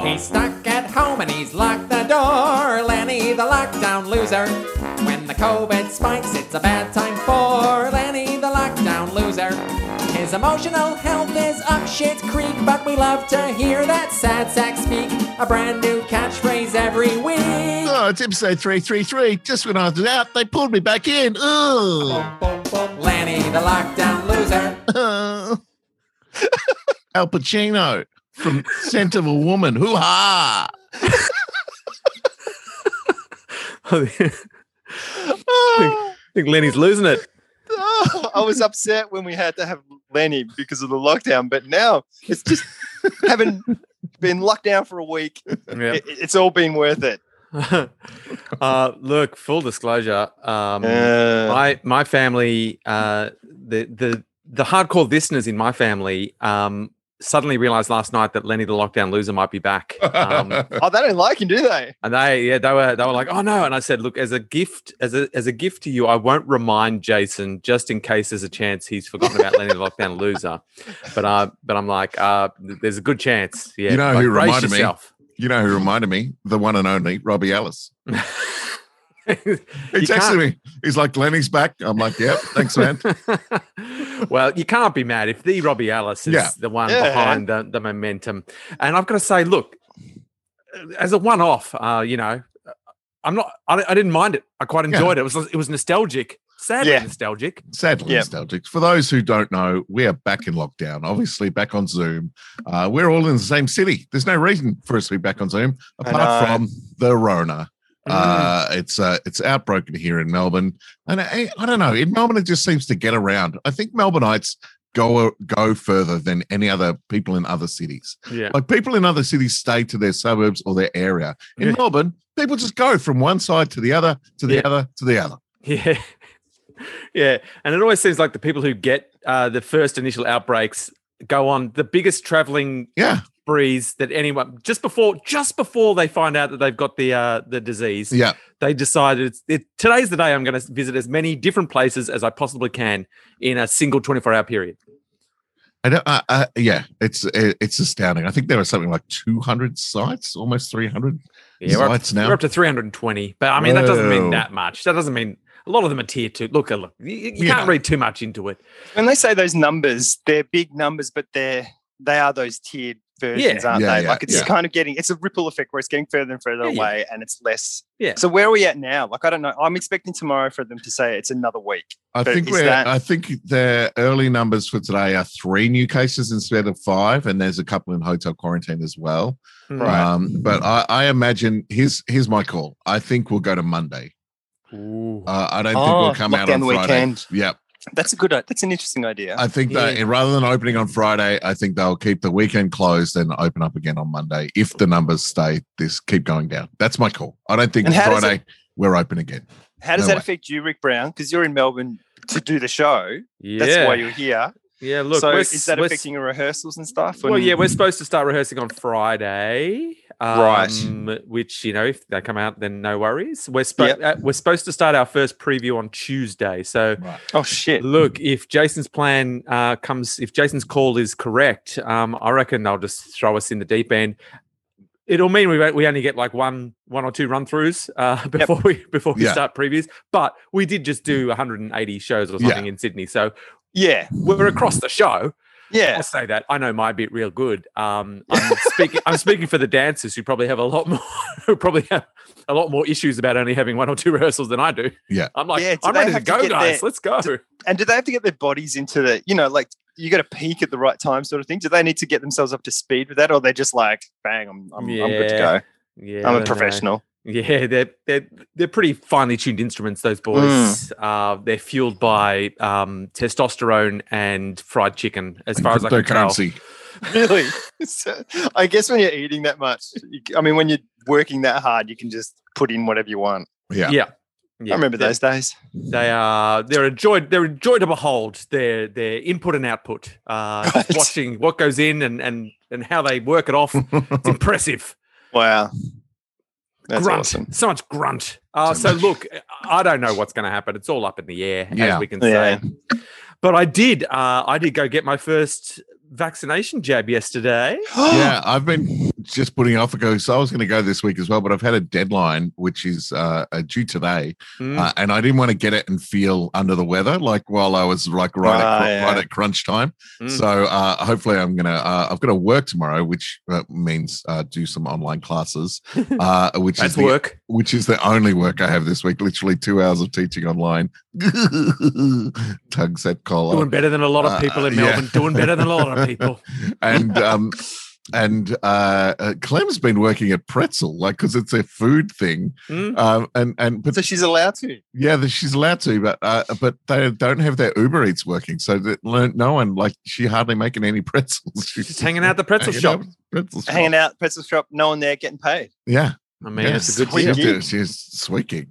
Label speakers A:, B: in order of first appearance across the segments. A: He's stuck at home and he's locked the door. Lenny the lockdown loser. When the COVID spikes, it's a bad time for Lenny the lockdown loser. His emotional health is up shit creek, but we love to hear that sad sack speak. A brand new catchphrase every week.
B: Oh, it's episode 333. Just when I was out, they pulled me back in. Ugh.
A: Lenny the lockdown loser.
B: Uh. Al Pacino from Scent of a Woman. Hoo ha!
C: I think Lenny's losing it.
D: I was upset when we had to have Lenny because of the lockdown, but now it's just having been locked down for a week.
C: Yeah.
D: It, it's all been worth it.
C: uh, look, full disclosure. Um,
D: Uh,
C: my my family, uh, the the the hardcore listeners in my family, um, suddenly realized last night that Lenny the Lockdown Loser might be back. Um,
D: oh, they don't like him, do they?
C: And they, yeah, they were, they were like, "Oh no!" And I said, "Look, as a gift, as a as a gift to you, I won't remind Jason just in case there's a chance he's forgotten about Lenny the Lockdown Loser." But uh, but I'm like, uh, th- there's a good chance. Yeah,
B: You know
C: like,
B: who
C: brace
B: reminded me?
C: yourself.
B: you know who reminded me? The one and only Robbie Ellis. He
C: You
B: texted
C: can't-
B: me. He's like, Lenny's back. I'm like, yep, thanks, man.
C: well, you can't be mad if the Robbie Alice is
B: Yeah.
C: the one
D: Yeah.
C: behind the, the momentum. And I've got to say, look, as a one-off, uh, you know, I'm not. I, I didn't mind it. I quite
B: Yeah.
C: enjoyed it. It was it was nostalgic. Sadly
D: Yeah.
C: nostalgic.
B: Sadly
D: Yep.
B: nostalgic. For those who don't know, we are back in lockdown, obviously back on Zoom. Uh, we're all in the same city. There's no reason for us to be back on Zoom
D: I
B: apart
D: know.
B: from the Rona. Uh, it's uh, it's outbroken here in Melbourne, and I, I don't know. In Melbourne, it just seems to get around. I think Melbourneites go uh, go further than any other people in other cities.
C: Yeah.
B: Like people in other cities stay to their suburbs or their area. In
C: Yeah.
B: Melbourne, people just go from one side to the other, to the
C: Yeah.
B: other, to the other.
C: Yeah. Yeah. And it always seems like the people who get uh, the first initial outbreaks go on the biggest traveling
B: Yeah,
C: breeze that anyone just before just before they find out that they've got the uh, the disease
B: yeah.
C: they decided it's, it, today's the day i'm going to visit as many different places as i possibly can in a single 24 hour period
B: I don't, uh, uh, yeah, it's it, it's astounding. I think there are something like 200 sites, almost 300
C: yeah we're up,
B: sites now.
C: we're up to 320 but i mean that doesn't mean
B: Whoa.
C: that much that doesn't mean a lot of them are tier two look uh, look you, you
B: Yeah.
C: can't read too much into it
D: When they say those numbers, they're big numbers, but they're they are those tiered versions,
C: Yeah.
D: aren't
B: Yeah,
D: they?
B: yeah,
D: like it's
B: yeah.
D: kind of getting it's a ripple effect where it's getting further and further
C: Yeah, yeah.
D: away and it's less.
C: Yeah.
D: So where are we at now? Like I don't know. I'm expecting tomorrow for them to say it's another week.
B: I
D: But
B: think
D: is
B: we're.
D: that-
B: I think the early numbers for today are three new cases instead of five, and there's a couple in hotel quarantine as well.
C: Mm.
D: Right.
B: Um, but I, I imagine here's here's my call. I think we'll go to Monday.
C: Ooh.
B: Uh, I don't think
D: Oh,
B: we'll come out
D: lockdown
B: on
D: the
B: Friday.
D: weekend.
B: Yep.
D: That's a good. That's an interesting idea.
B: I think that rather than opening on Friday, I think they'll keep the weekend closed and open up again on Monday if the numbers stay this keep going down. That's my call. I don't think
D: And how does
B: Friday we're open again.
D: How does
B: No
D: that
B: way.
D: affect you, Rick Brown? Because you're in Melbourne to do the show.
C: yeah
D: That's why you're here.
C: yeah look
D: so
C: we're
D: is that
C: s- we're s-
D: affecting your rehearsals and stuff?
C: Well,
D: And-
C: yeah, we're supposed to start rehearsing on Friday, um,
D: Right.
C: Which you know, if they come out, then no worries. We're spo- uh, we're supposed to start our first preview on Tuesday. So,
B: Right.
D: Oh shit.
C: look, if Jason's plan uh, comes, if Jason's call is correct, um, I reckon they'll just throw us in the deep end. It'll mean we we only get like one one or two run throughs uh, before we before we
B: Yeah.
C: start previews. But we did just do 180 shows or
B: Yeah.
C: something in Sydney, so
D: Yeah.
C: we're across the show.
D: Yeah.
C: I'll say that. I know my bit real good. Um, I'm speaking. I'm speaking for the dancers who probably have a lot more. Who probably have a lot more issues about only having one or two rehearsals than I do.
B: Yeah.
C: I'm like,
D: Yeah, do
C: I'm
D: they
C: ready to
D: have to
C: go,
D: get
C: guys.
D: their-
C: Let's go.
D: And do they have to get their bodies into the, you know, like you got to peak at the right time sort of thing? Do they need to get themselves up to speed with that? Or they're just like, bang, I'm, I'm, I'm good to
C: Yeah,
D: go.
C: yeah,
D: I'm
C: I
D: a
C: dunno.
D: professional.
C: Yeah, they're they're they're pretty finely tuned instruments. Those boys.
D: Hmm.
C: Uh, they're fueled by um, testosterone and fried chicken, as far as I can tell.
B: Cryptocurrency.
D: Really? So, I guess when you're eating that much, you, c- I mean, when you're working that hard, you can just put in whatever you want.
B: Yeah.
C: Yeah. Yeah,
D: I remember
C: they're-
D: those days.
C: They are they're a joy they're a joy to behold their their input and output. Uh, just
D: Right.
C: watching what goes in and and and how they work it off. It's impressive.
D: Wow. That's
C: grunt,
D: awesome.
C: so much grunt. Uh,
B: So
C: so look, I don't know what's going to happen. It's all up in the air,
B: Yeah.
C: as we can
D: Yeah.
C: say. But I did uh, I did go get my first vaccination jab yesterday.
B: yeah, I've been just putting off. I go, so I was going to go this week as well, but I've had a deadline which is uh, uh, due today,
C: Mm.
B: uh, and I didn't want to get it and feel under the weather like while I was like right, at,
D: Ah,
B: cr-
D: yeah.
B: right at crunch time.
C: Mm.
B: So uh, hopefully, I'm gonna. Uh, I've got to work tomorrow, which uh, means uh, do some online classes, uh, which is
C: That's
B: the,
C: work.
B: which is the only work I have this week. Literally two hours of teaching online. Tugs at collar
C: Doing better than a lot of
B: Uh,
C: people in
B: yeah.
C: Melbourne. Doing better than a lot of people.
B: and um and uh, uh clem's been working at pretzel like because it's a food thing
C: Mm.
B: um and and but
D: So she's allowed to.
B: yeah that she's allowed to but uh but they don't have their uber eats working so that no no one like she hardly making any pretzels she's
C: Just hanging out at the pretzel
B: hanging
C: shop.
B: out at the pretzel shop.
D: Hanging out, pretzel shop, no one there getting paid.
B: yeah
C: I mean,
B: yeah,
C: it's a good
B: sweet
C: deal.
D: gig.
B: It's just sweet gig.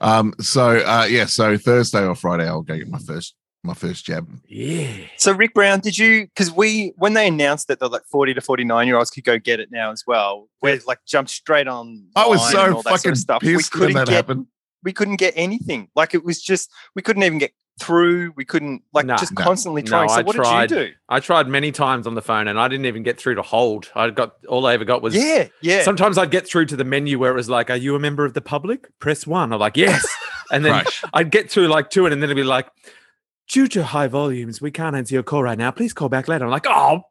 B: um so uh yeah so thursday or friday i'll go get my first my first jab
C: Yeah.
D: So Rick Brown, did you? Because we, when they announced that the like forty to forty nine year olds could go get it now as well, we like jumped straight on.
B: i was
D: line
B: so
D: and all that
B: fucking
D: sort of stuff. We
B: pissed when
D: couldn't
B: that
D: get.
B: happened
D: We couldn't get anything. Like it was just we couldn't even get through. We couldn't like
C: No.
D: just
B: No.
D: constantly
C: No,
D: trying. so
C: I
D: what
C: tried.
D: did you do?
C: I tried many times on the phone and I didn't even get through to hold. I got all I ever got was
D: yeah, yeah.
C: sometimes I'd get through to the menu where it was like, Are you a member of the public? Press one. I'm like, Yes. And then
B: Crush.
C: I'd get through like two, and then it'd be like, Due to high volumes, we can't answer your call right now. Please call back later. I'm like, Oh,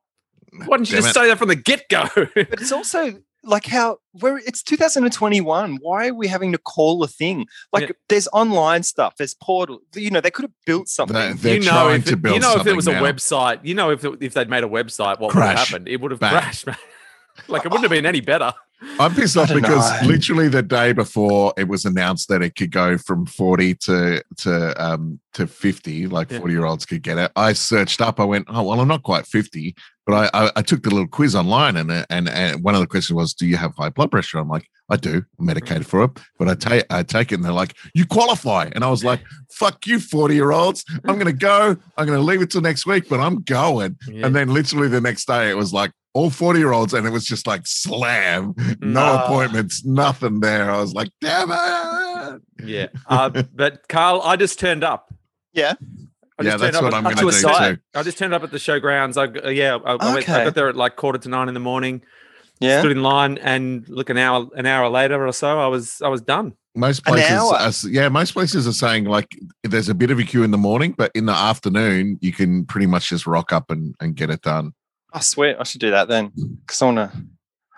C: why didn't you
B: Damn
C: just
B: it.
C: say that from the get go?
D: but it's also like how where it's 2021 why are we having to call a thing like
C: Yeah.
D: there's online stuff there's portal you know they could have built something
B: They- they're
C: You know,
B: trying
C: if
B: to
C: it,
B: build
C: you know if it
B: something
C: was
B: now.
C: a website, you know if it, if they'd made a website, what would have
B: Crash.
C: happened? It would have
B: Bang.
C: crashed, man. like it wouldn't have been any better.
B: I'm pissed off
D: I don't
B: because
D: know.
B: literally the day before it was announced that it could go from 40 to to um to 50, like
C: Yeah.
B: 40 year olds could get it. I searched up. I went, oh well, I'm not quite 50, but I I, I took the little quiz online and, and and one of the questions was, do you have high blood pressure? I'm like, I do.
D: Mm.
B: I'm medicated for it, but I take I take it, and they're like, you qualify, and I was like, fuck you, 40 year olds. I'm gonna go. I'm gonna leave it till next week, but I'm going.
C: Yeah.
B: And then literally the next day, it was like all 40 year olds, and it was just like slam,
C: Mm.
B: no
D: Ah.
B: appointments, nothing there. I was like, damn it.
C: Yeah. Uh, but Carl, I just turned up.
D: Yeah?
C: I
B: yeah,
C: just
B: that's
C: turned
B: what
C: up
B: I'm going
C: at- to
B: to
C: a
B: do
C: site.
B: too.
C: I just turned up at the showgrounds. I g- yeah, I, I went, I
D: Okay.
C: got there at like quarter to nine in the morning.
D: yeah
C: Stood in line, and look an hour an hour later or so, I was I was done.
B: Most
D: An
B: places,
D: hour.
B: are, yeah, most places are saying like there's a bit of a queue in the morning, but in the afternoon, you can pretty much just rock up and, and get it done.
D: i swear i should do that then because i want to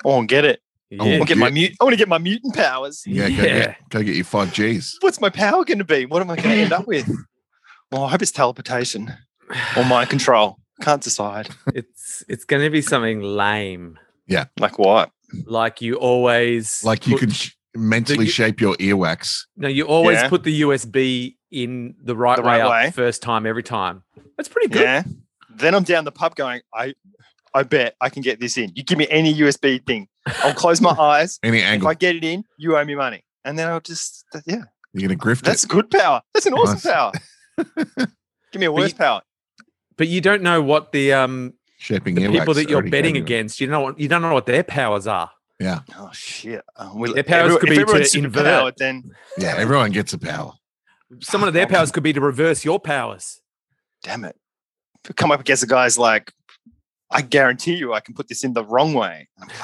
D: i want to get it i
C: Yeah.
D: want to get my
B: Yeah.
D: mute i want to get my mutant powers
B: Oh, Yeah, Go,
C: Yeah.
B: get, go get your five Gs.
D: what's my power going to be what am i going to end up with well i hope it's teleportation or mind control can't decide
C: it's it's going to be something lame,
D: like what
C: like you always
B: Like you
C: put-
B: can sh- mentally
C: you-
B: shape your earwax.
C: No, you always
D: Yeah.
C: put the USB in the right,
D: The right
C: way,
D: way.
C: up first time every time. That's pretty good.
D: yeah then i'm down the pub going i i bet i can get this in you give me any usb thing i'll close my eyes
B: Any
D: If
B: angle,
D: I get it in, you owe me money. And then I'll just, th- yeah,
B: you're going to grift
D: that's
B: it.
D: good power. That's an awesome
B: Nice.
D: power. Give me a
C: But
D: worse
C: you-
D: power.
C: But you don't know what the um
B: Shaping
C: the
B: earwax.
C: people that you're
B: already
C: betting
B: gave you.
C: against. You know what you don't know what their powers are.
D: Oh, shit. Um, we,
C: Their powers could be to invert.
D: superpowered, then
B: Yeah, everyone gets a power.
C: Some of their powers could be to reverse your powers.
D: damn it. If you Come up against a guy's like, I guarantee you I can put this in the wrong way. And I'm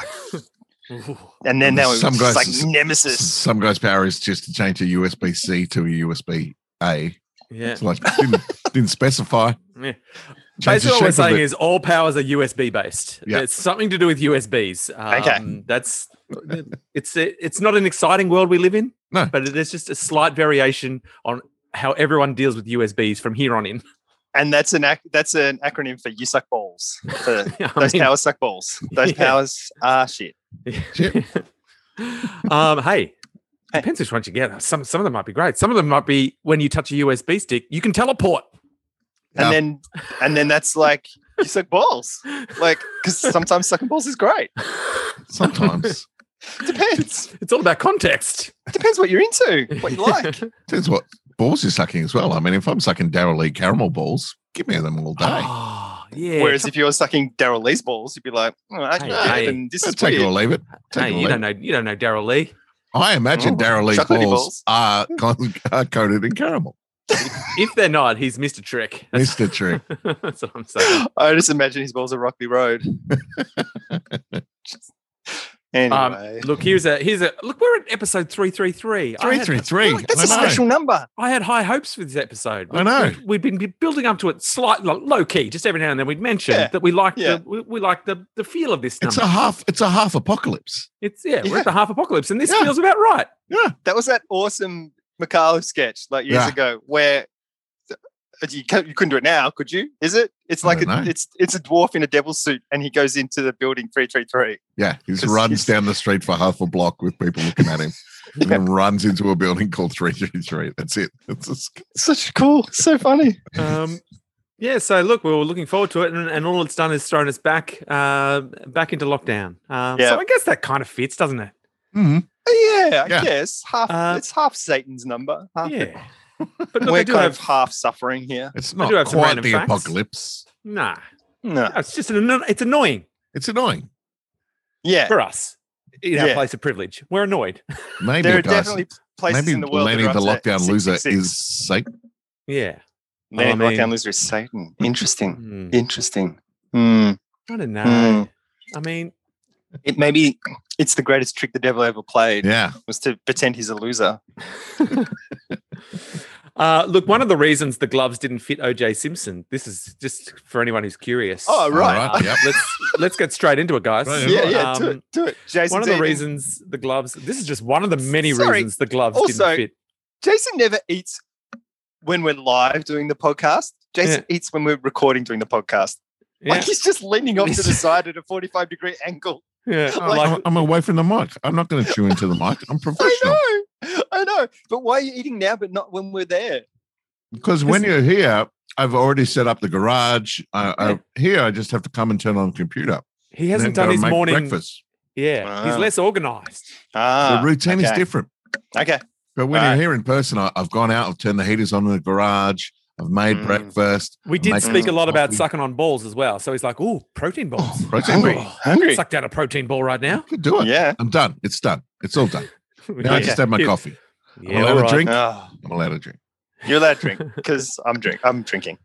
D: like, and then
B: And
D: now
B: there's
D: it's
B: some guys
D: just like
B: is- S-
D: nemesis.
B: Some guy's power is just to change a USB C to a USB A.
C: Yeah.
B: It's like didn't, didn't specify.
C: Yeah.
B: Change the
C: Basically, what we're
B: shape of
C: saying
B: it.
C: is all powers are USB based.
B: Yeah.
C: It's something to do with USBs.
D: Okay.
C: Um, That's it's it's not an exciting world we live in.
B: No.
C: But there's just a slight variation on how everyone deals with USBs from here on in.
D: And that's an ac- that's an acronym for you suck balls. For
C: I
D: those
C: mean-
D: powers suck balls. Those
C: Yeah.
D: powers are shit.
C: um, hey,
D: Hey.
C: depends which ones you get. Some some of them might be great. Some of them might be when you touch a USB stick, you can teleport.
D: And
B: Yeah.
D: then and then that's like you suck balls. Like, because sometimes sucking balls is great.
B: sometimes
D: Depends.
C: It's all about context.
D: Depends what you're into, what you like.
B: depends what balls you're sucking as well. I mean, if I'm sucking Daryl Lee caramel balls, give me them all day.
C: Oh, yeah.
D: Whereas if you're sucking Daryl Lee's balls, you'd be like, oh, I
C: Hey, hey.
D: and this
B: I'll
D: is
B: take it or
D: weird.
B: leave it. Take
C: hey,
B: it or
C: you
B: leave
C: don't
B: it.
C: know you don't know Daryl Lee.
B: I imagine
D: Oh,
B: Daryl Lee's
D: chocolatey
B: balls,
D: balls.
B: Are, con- are coated in caramel.
C: If they're not, he's missed a trick. That's,
B: Mr. Trick.
C: that's what I'm saying.
D: I just imagine his balls are Rockley Road.
C: Um,
D: Anyway,
C: look, here's a here's a look. We're at episode three three three.
B: Three, three, three.
D: Look, that's a
B: I know.
D: special number.
C: I had high hopes for this episode.
B: I know.
C: we have been building up to it slightly low key, just every now and then we'd mention
D: Yeah.
C: that we like
D: Yeah.
C: the we, we like the, the feel of this
B: It's
C: number.
B: a half. It's a half apocalypse.
C: it's yeah, we're
D: Yeah.
C: at the half apocalypse, and this
B: Yeah.
C: feels about right.
D: That was that awesome Mikhailov sketch like years
B: Yeah.
D: ago where you, can't- you couldn't do it now, could you? Is it? It's
B: I
D: like a,
B: don't know.
D: it's it's a dwarf in a devil suit, and he goes into the building three three three.
B: Yeah, he just
D: Just-
B: runs down the street for half a block with people looking at him, and then runs into a building called three three three. That's it. That's a sk-
D: Such cool, so funny. Uh,
C: Um, yeah, so look, we were looking forward to it, and, and all it's done is thrown us back uh, back into lockdown. Um,
D: Yeah.
C: So I guess that kind of fits, doesn't it?
D: Mm-hmm.
B: Mhm.
D: Yeah, I
B: Yeah.
D: guess half.
C: Uh,
D: it's half Satan's number. Half
C: Yeah. But look, I
D: Ah. We're
C: do
D: kind of
C: have
D: half suffering here.
B: It's
C: do
B: not
C: have some
B: quite
C: random
B: the
C: facts.
B: apocalypse.
C: nah.
D: No.
C: No, it's just an anno- it's annoying
B: It's annoying.
D: Yeah.
C: for us in our
D: Yeah.
C: place of privilege. We're annoyed.
B: Maybe
D: there are
B: guys,
D: definitely places
B: maybe
D: in the world.
B: Lenny
D: that
B: the
D: are up to
B: lockdown loser
D: 666.
B: is Satan.
C: Yeah.
D: Lenny the
C: I mean-
D: lockdown loser is Satan. Interesting.
C: Hmm.
D: Interesting. Hmm.
C: I don't know.
D: Hmm.
C: I mean,
D: It maybe it's the greatest trick the devil ever played
B: Yeah,
D: was to pretend he's a loser.
C: uh, look, one of the reasons the gloves didn't fit OJ Simpson. This is just for anyone who's curious.
D: Oh, right.
C: Uh,
B: Alright, yep.
C: Let's let's get straight into it, guys.
B: Right,
D: Yeah, yeah, do it,
C: Um,
D: do it. Jason,
C: One of the reasons the gloves. This is just one of the many
D: Sorry.
C: reasons the gloves
D: Also-
C: didn't fit.
D: Jason never eats when we're live doing the podcast. Jason eats when we're recording doing the podcast.
C: Yeah,
D: Like he's just leaning off to the side at a 45 degree angle.
C: yeah.
B: I'm-
C: like-
B: I'm, I'm away from the mic. I'm not going to chew into the mic. I'm professional
D: I know. I know. But why are you eating now but not when we're there?
B: because when you're here, I've already set up the garage. I, I, here, I just have to come and turn on the computer.
C: he
B: and
C: hasn't
B: then
C: done
B: go
C: his
B: make
C: morning.
B: breakfast.
C: Yeah, he's
D: Wow.
C: less organised.
D: Ah,
B: the routine is
D: okay.
B: different.
D: Okay.
B: But when
D: Right.
B: you're here in person, I, I've gone out, I've turned the heaters on in the garage, I've made
D: Mm.
B: breakfast.
C: We did
B: Make
C: speak a lot about
B: coffee.
C: sucking on balls as well. So he's like, "Ooh, protein balls.
B: Oh, protein
D: Hungry.
B: balls.
D: Hungry.
C: Suck down a protein ball right now."
B: I could do it.
D: Yeah.
B: I'm done. It's done. It's all done. Now I
C: Yeah.
B: just have my
C: Yeah.
B: coffee.
C: Yeah,
B: I'm allowed
C: all
B: to
C: right.
B: drink.
D: Oh,
B: I'm allowed to drink.
D: you're allowed to drink because I'm drink. I'm drinking.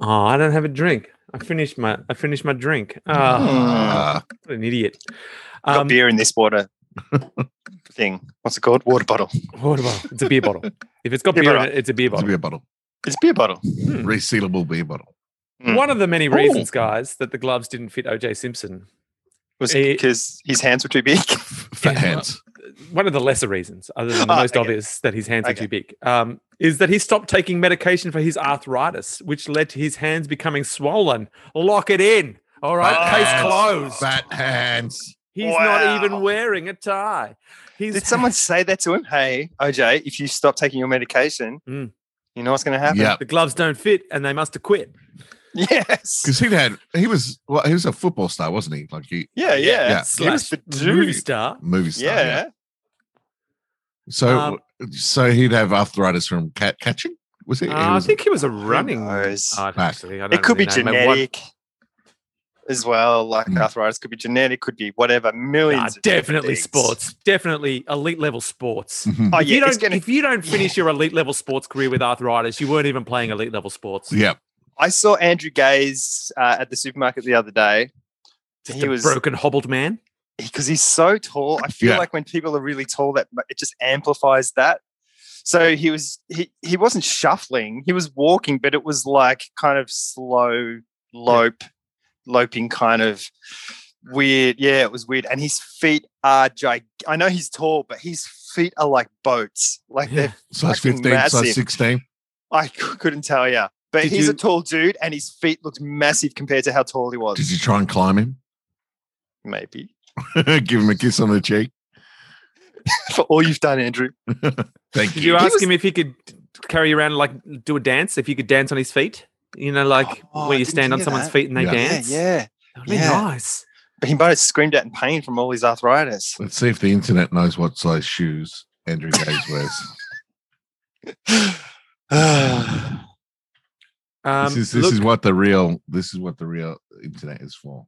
C: Oh, I don't have a drink. I finished my I finished my drink. Oh,
B: Ah,
C: what an idiot.
D: I've got
C: Um,
D: beer in this water thing. What's it called? Water bottle.
C: what about- It's a beer bottle. If it's got
D: Beer
C: beer in
D: bottle.
C: it, it's a beer
B: it's a
C: bottle.
B: beer bottle,
D: It's a beer bottle.
C: Hmm.
B: resealable beer bottle.
D: Mm.
C: One of the many
B: Oh.
C: reasons, guys, that the gloves didn't fit OJ Simpson.
D: Was
C: Eh.
D: it because his hands were too big?
B: Fat
C: Yeah.
B: hands.
C: One of the lesser reasons, other than the
D: Ah,
C: most
D: okay.
C: obvious that his hands are
D: Okay.
C: too big, um, is that he stopped taking medication for his arthritis, which led to his hands becoming swollen. Lock it in. All right,
B: Fat
C: case
B: hands.
C: closed.
B: Fat hands.
C: He's
D: Wow.
C: not even wearing a tie. He's
D: Did someone say that to him? Hey, OJ, if you stop taking your medication,
C: Mm.
D: you know what's going to happen?
B: Yeah,
C: the gloves don't fit, and they must have quit.
D: Yes.
B: because he had he was well, he was a football star, wasn't he? Like he
D: Yeah, yeah.
B: Yeah.
D: He was
C: Slash
D: the
C: movie
D: dude.
C: star.
B: movie star.
D: Yeah.
B: So
C: Um,
B: so he'd have arthritis from cat catching. Was he? he
C: Uh, I
B: was-
C: think he was a running.
D: knows?
C: I'd
B: Back.
C: actually- I don't
D: It could be
C: really know, but what-
D: genetic as well, like
B: Mm.
D: arthritis could be genetic, could be whatever.
C: Nah,
D: Millions. of different
C: definitely
D: things.
C: sports. Definitely elite level sports.
B: Mhm.
D: Oh,
C: If, you
D: yeah. It's
C: don't,
D: gonna,
C: if you don't finish your elite level sports career with arthritis, you weren't even playing elite level sports.
B: yeah.
D: I saw Andrew Gaze uh, at the supermarket the other day.
C: Just
D: he
C: a
D: was-
C: broken, hobbled man.
D: because he's so tall. I feel
B: Yeah.
D: like when people are really tall, that it just amplifies that. So he was he he wasn't shuffling. He was walking, but it was like kind of slow lope, loping kind of weird. Yeah, it was weird. And his feet are gig. I know he's tall, but his feet are like boats. Like
C: Yeah.
D: they're
B: Size
D: Fucking
B: 15,
D: massive.
B: size 16.
D: I c- couldn't tell you. But
C: Did
D: he's a
C: you-
D: tall dude, and his feet looked massive compared to how tall he was.
B: Did you try and climb him?
D: Maybe
B: Give him a kiss on the cheek.
D: for all you've done, Andrew.
B: Thank
C: Did
B: you.
C: you
D: He
C: ask
D: was-
C: him if he could carry around, like, do a dance? If you could dance on his feet? You know, like
D: Oh, I
C: where you
D: didn't
C: stand on
D: hear
C: someone's
D: that.
C: feet and they
B: Yeah.
D: Yeah,
C: dance?
D: yeah.
C: That would be
D: Yeah.
C: nice.
D: But he might have screamed out in pain from all his arthritis.
B: Let's see if the internet knows what size shoes Andrew Gaze wears.
C: Um,
B: this is this
C: look,
B: is what the real this is what the real internet is for.